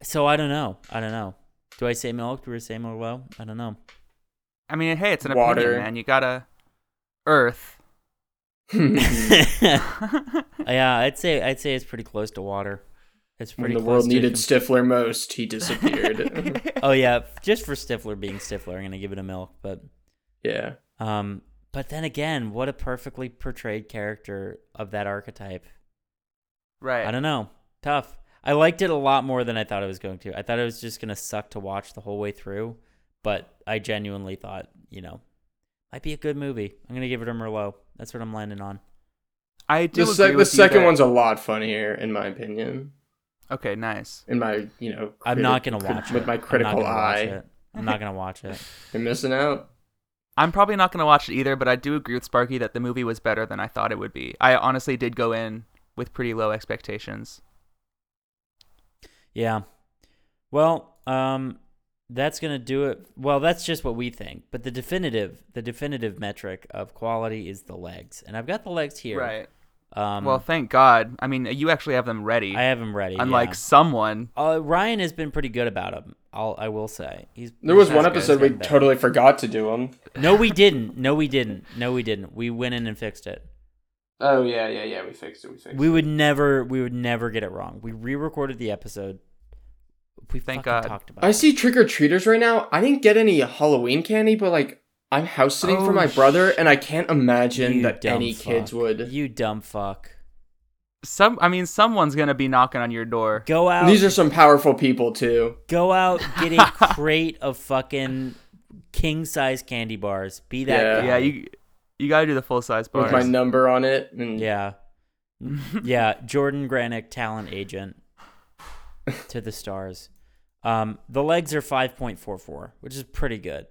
A: so I don't know. I don't know. Do I say milk? Do I say more well? I don't know.
C: I mean, hey, it's an
B: Water.
C: opinion, man. You gotta Earth.
B: Mm-hmm.
A: yeah, I'd say I'd say it's pretty close to water. It's
B: when
A: pretty
B: the
A: close
B: world
A: to
B: needed
A: com-
B: Stifler most, he disappeared.
A: oh yeah, just for Stifler being Stifler, I'm gonna give it a milk. But
B: yeah.
A: um, but then again, what a perfectly portrayed character of that archetype.
C: right.
A: I don't know, tough. I liked it a lot more than I thought I was going to. I thought it was just gonna suck to watch the whole way through, but I genuinely thought, you know, might be a good movie. I'm gonna give it a Merlot. That's what I'm landing on.
C: I do.
B: The,
C: agree
B: sec- the
C: with you
B: second
C: that-
B: one's a lot funnier, in my opinion.
C: okay. Nice.
B: In my, you know,
A: I'm
B: criti-
A: not gonna
B: cri-
A: watch it
B: with my
A: I'm not
B: critical
A: gonna watch
B: eye.
A: it. I'm not gonna watch it.
B: You're missing out.
C: I'm probably not gonna watch it either, but I do agree with Sparky that the movie was better than I thought it would be. I honestly did go in with pretty low expectations.
A: Yeah. Well, um, that's gonna do it. Well, that's just what we think. But the definitive, the definitive metric of quality is the legs, and I've got the legs here.
C: Right.
A: Um,
C: well, thank God. I mean, you actually have them ready.
A: I have them ready.
C: unlike
A: yeah.
C: someone.
A: uh, Ryan has been pretty good about them. I'll, I will say he's.
B: There was
A: he's
B: one
A: been
B: episode we
A: good.
B: totally forgot to do them.
A: No, we didn't. No, we didn't. No, we didn't. We went in and fixed it.
B: Oh yeah, yeah, yeah. We fixed it. We fixed
A: We would never. We would never get it wrong. We re-recorded the episode. We
C: Thank
A: fucking
C: God.
A: talked about.
B: I
A: it.
B: see trick or treaters right now. I didn't get any Halloween candy, but like I'm house sitting for
C: Oh,
B: my brother, and I can't imagine
A: You
B: that
A: dumb
B: any kids
A: fuck.
B: would.
A: You dumb fuck.
C: Some. I mean, someone's gonna be knocking on your door.
A: Go out.
B: And These are some powerful people too.
A: Go out, get a crate of fucking king size candy bars. Be that
B: Yeah.
A: guy.
C: Yeah, you. You gotta do the full size bars.
B: With my number on it, and
A: Yeah. yeah. Jordan Granick, talent agent to the stars. Um, the legs are 5.44, which is pretty good.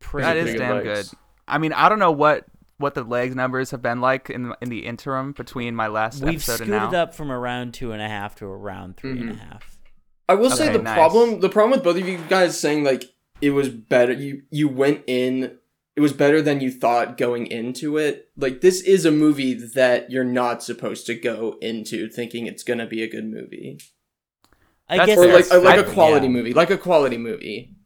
A: Pretty
C: That
B: Pretty
C: is
B: good
C: damn
B: legs.
C: good. I mean, I don't know what what the leg numbers have been like in in the interim between my last
A: We've
C: episode
A: scooted
C: and Mm-hmm. now.
A: up from around two and a half to around three and a half.
B: Mhm. I will say
C: Okay,
B: the
C: nice.
B: problem the problem with both of you guys saying like it was better you you went in it was better than you thought going into it. Like this is a movie that you're not supposed to go into thinking it's gonna be a good movie.
A: I
C: That's
A: guess
B: Or like
A: that's
B: uh, like a
A: fair,
B: quality
A: yeah.
B: movie. Like a quality movie.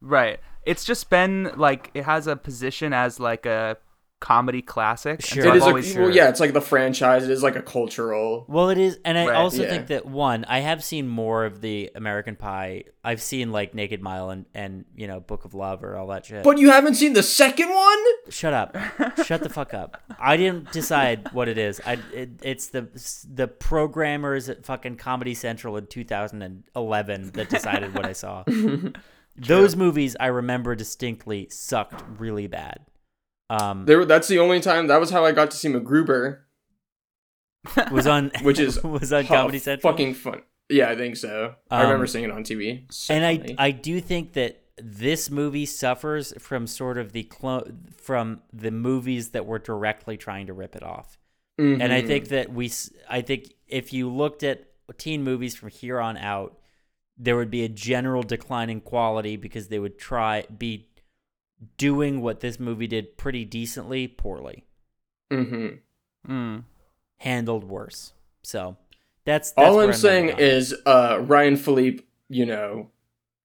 C: Right. It's just been like it has a position as like a comedy classic. and so
A: Sure.
B: it
C: I've
B: is a
C: always-
B: well, yeah, it's like the franchise, it is like a cultural
A: Well, it is, and I
C: Right,
A: also
B: yeah.
A: think that one, I have seen more of the American Pie. I've seen like Naked Mile and and you know Book of Love or all that shit.
B: But you haven't seen the second one?
A: Shut up! Shut the fuck up! I didn't decide what it is. I it, it's the the programmers at fucking Comedy Central in 2011 that decided what I saw. Those movies I remember distinctly sucked really bad. Um,
B: There, that's the only time that was how I got to see MacGruber,
A: was on
B: which is
A: was on
B: hu-
A: Comedy Central.
B: Fucking fun. Yeah, I think so. I
A: Um,
B: remember seeing it on TV. So
A: and I
B: funny.
A: I do think that this movie suffers from sort of the clo- from the movies that were directly trying to rip it off. And I
B: Mhm.
A: think that we s- I think if you looked at teen movies from here on out, there would be a general decline in quality because they would try be doing what this movie did pretty decently, poorly,
B: hmm
C: Mm.
A: handled worse. So that's, that's
B: All
A: where
B: I'm
A: landing
B: saying
A: on it.
B: is uh, Ryan Philippe, you know,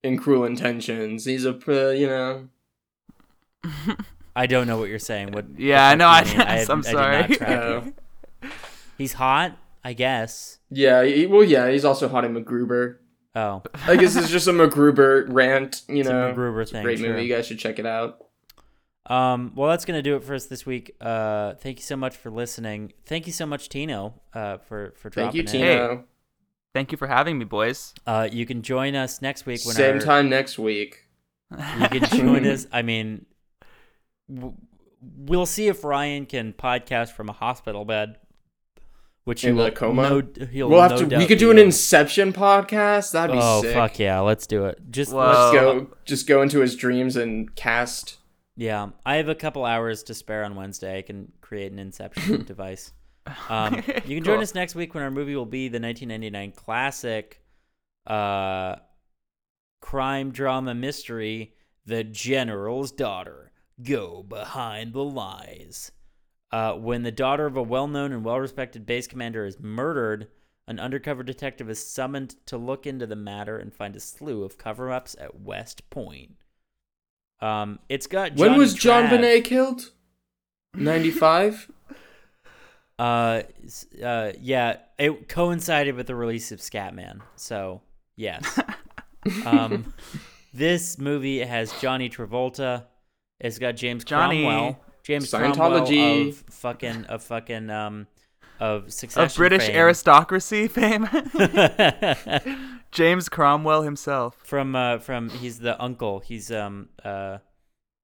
B: in Cruel Intentions, he's a, pr- you know,
A: I don't know what you're saying. What
C: Yeah,
A: what
C: no,
A: you
C: I-
A: mean. I,
C: I'm
A: I did not
C: sorry.
A: track it.
B: uh,
A: He's hot, I guess.
B: yeah. He, well, yeah, he's also hot in MacGruber.
A: Oh,
B: I guess it's just a MacGruber rant, you
A: it's
B: know.
A: a MacGruber thing.
B: Great
A: sure.
B: movie. You guys should check it out.
A: Um, well, that's gonna do it for us this week. Uh, thank you so much for listening. Thank you so much, Tino, uh, for for
B: Thank
A: dropping
B: you,
A: in.
B: Tino.
C: Thank you for having me, boys.
A: Uh, you can join us next week. When
B: Same
A: our-
B: time next week.
A: You can join us. I mean, w- we'll see if Ryan can podcast from a hospital bed, which he
B: In
A: will
B: a coma?
A: No, he'll
B: We'll have
A: no
B: to. We
A: doubt
B: could do an
A: be.
B: Inception podcast. That'd be
A: Oh
B: sick.
A: fuck yeah, let's do it. Just
C: Whoa.
B: Just
C: Oh.
B: go, just go into his dreams and cast.
A: Yeah, I have a couple hours to spare on Wednesday. I can create an Inception device. Um, you can join
C: Cool.
A: us next week when our movie will be the 1999 classic, uh, crime drama mystery The General's Daughter Go Behind the Lies. Uh, when the daughter of a well known and well respected base commander is murdered, an undercover detective is summoned to look into the matter and find a slew of cover ups at West Point. Um, it's got Johnny
B: when was John
A: Trav.
B: Bonet killed? 95?
A: Uh, s- uh, yeah, it coincided with the release of Scatman. So yes, um, this movie has Johnny Travolta. It's got James
C: Johnny.
A: Cromwell. James Cromwell
B: Scientology.
A: of fucking of fucking um of
C: Of
A: Succession
C: British
A: fame.
C: aristocracy fame, James Cromwell himself.
A: from uh from he's the uncle. He's um uh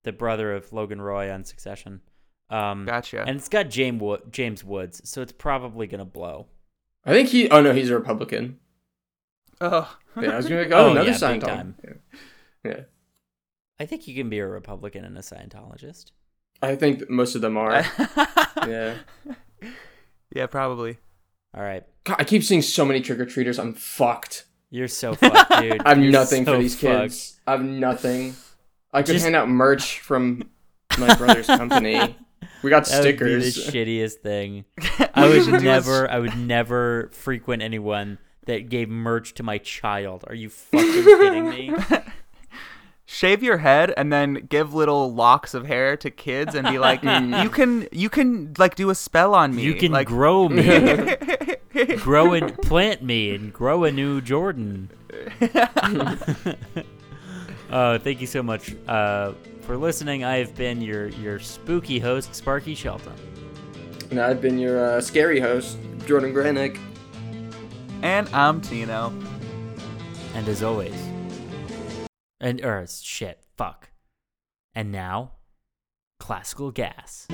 A: the brother of Logan Roy on Succession. Um,
C: Gotcha.
A: And it's got James Wo- James Woods, so it's probably gonna blow.
B: I think he. Oh no, he's a Republican.
C: Oh,
B: Yeah, I was gonna be like, oh,
A: Oh,
B: another
A: yeah, big
B: Scientology.
A: time.
B: Yeah. yeah,
A: I think you can be a Republican and a Scientologist.
B: I think that most of them are. yeah,
C: yeah, probably.
A: All right.
B: God, I keep seeing so many trick or treaters. I'm fucked.
A: You're so fucked, dude.
B: I'm
A: You're
B: nothing
A: so
B: for these
A: fucked.
B: kids. I'm nothing. I could
A: Just-
B: hand out merch from my brother's company. We got
A: That would be the
B: stickers.
A: shittiest thing. I
C: What you
A: would
C: should do is-
A: never I would never frequent anyone that gave merch to my child. Are you fucking kidding me?
C: shave your head and then give little locks of hair to kids and be like you can you can like do a spell on me
A: You can
C: like
A: grow me. grow and plant me and grow a new Jordan. uh, thank you so much uh, for listening. I have been your your spooky host, Sparky Shelton.
B: And I've been your uh, scary host, Jordan Granick.
C: and i'm tino
A: And as always, and er, shit, fuck. And now, classical gas.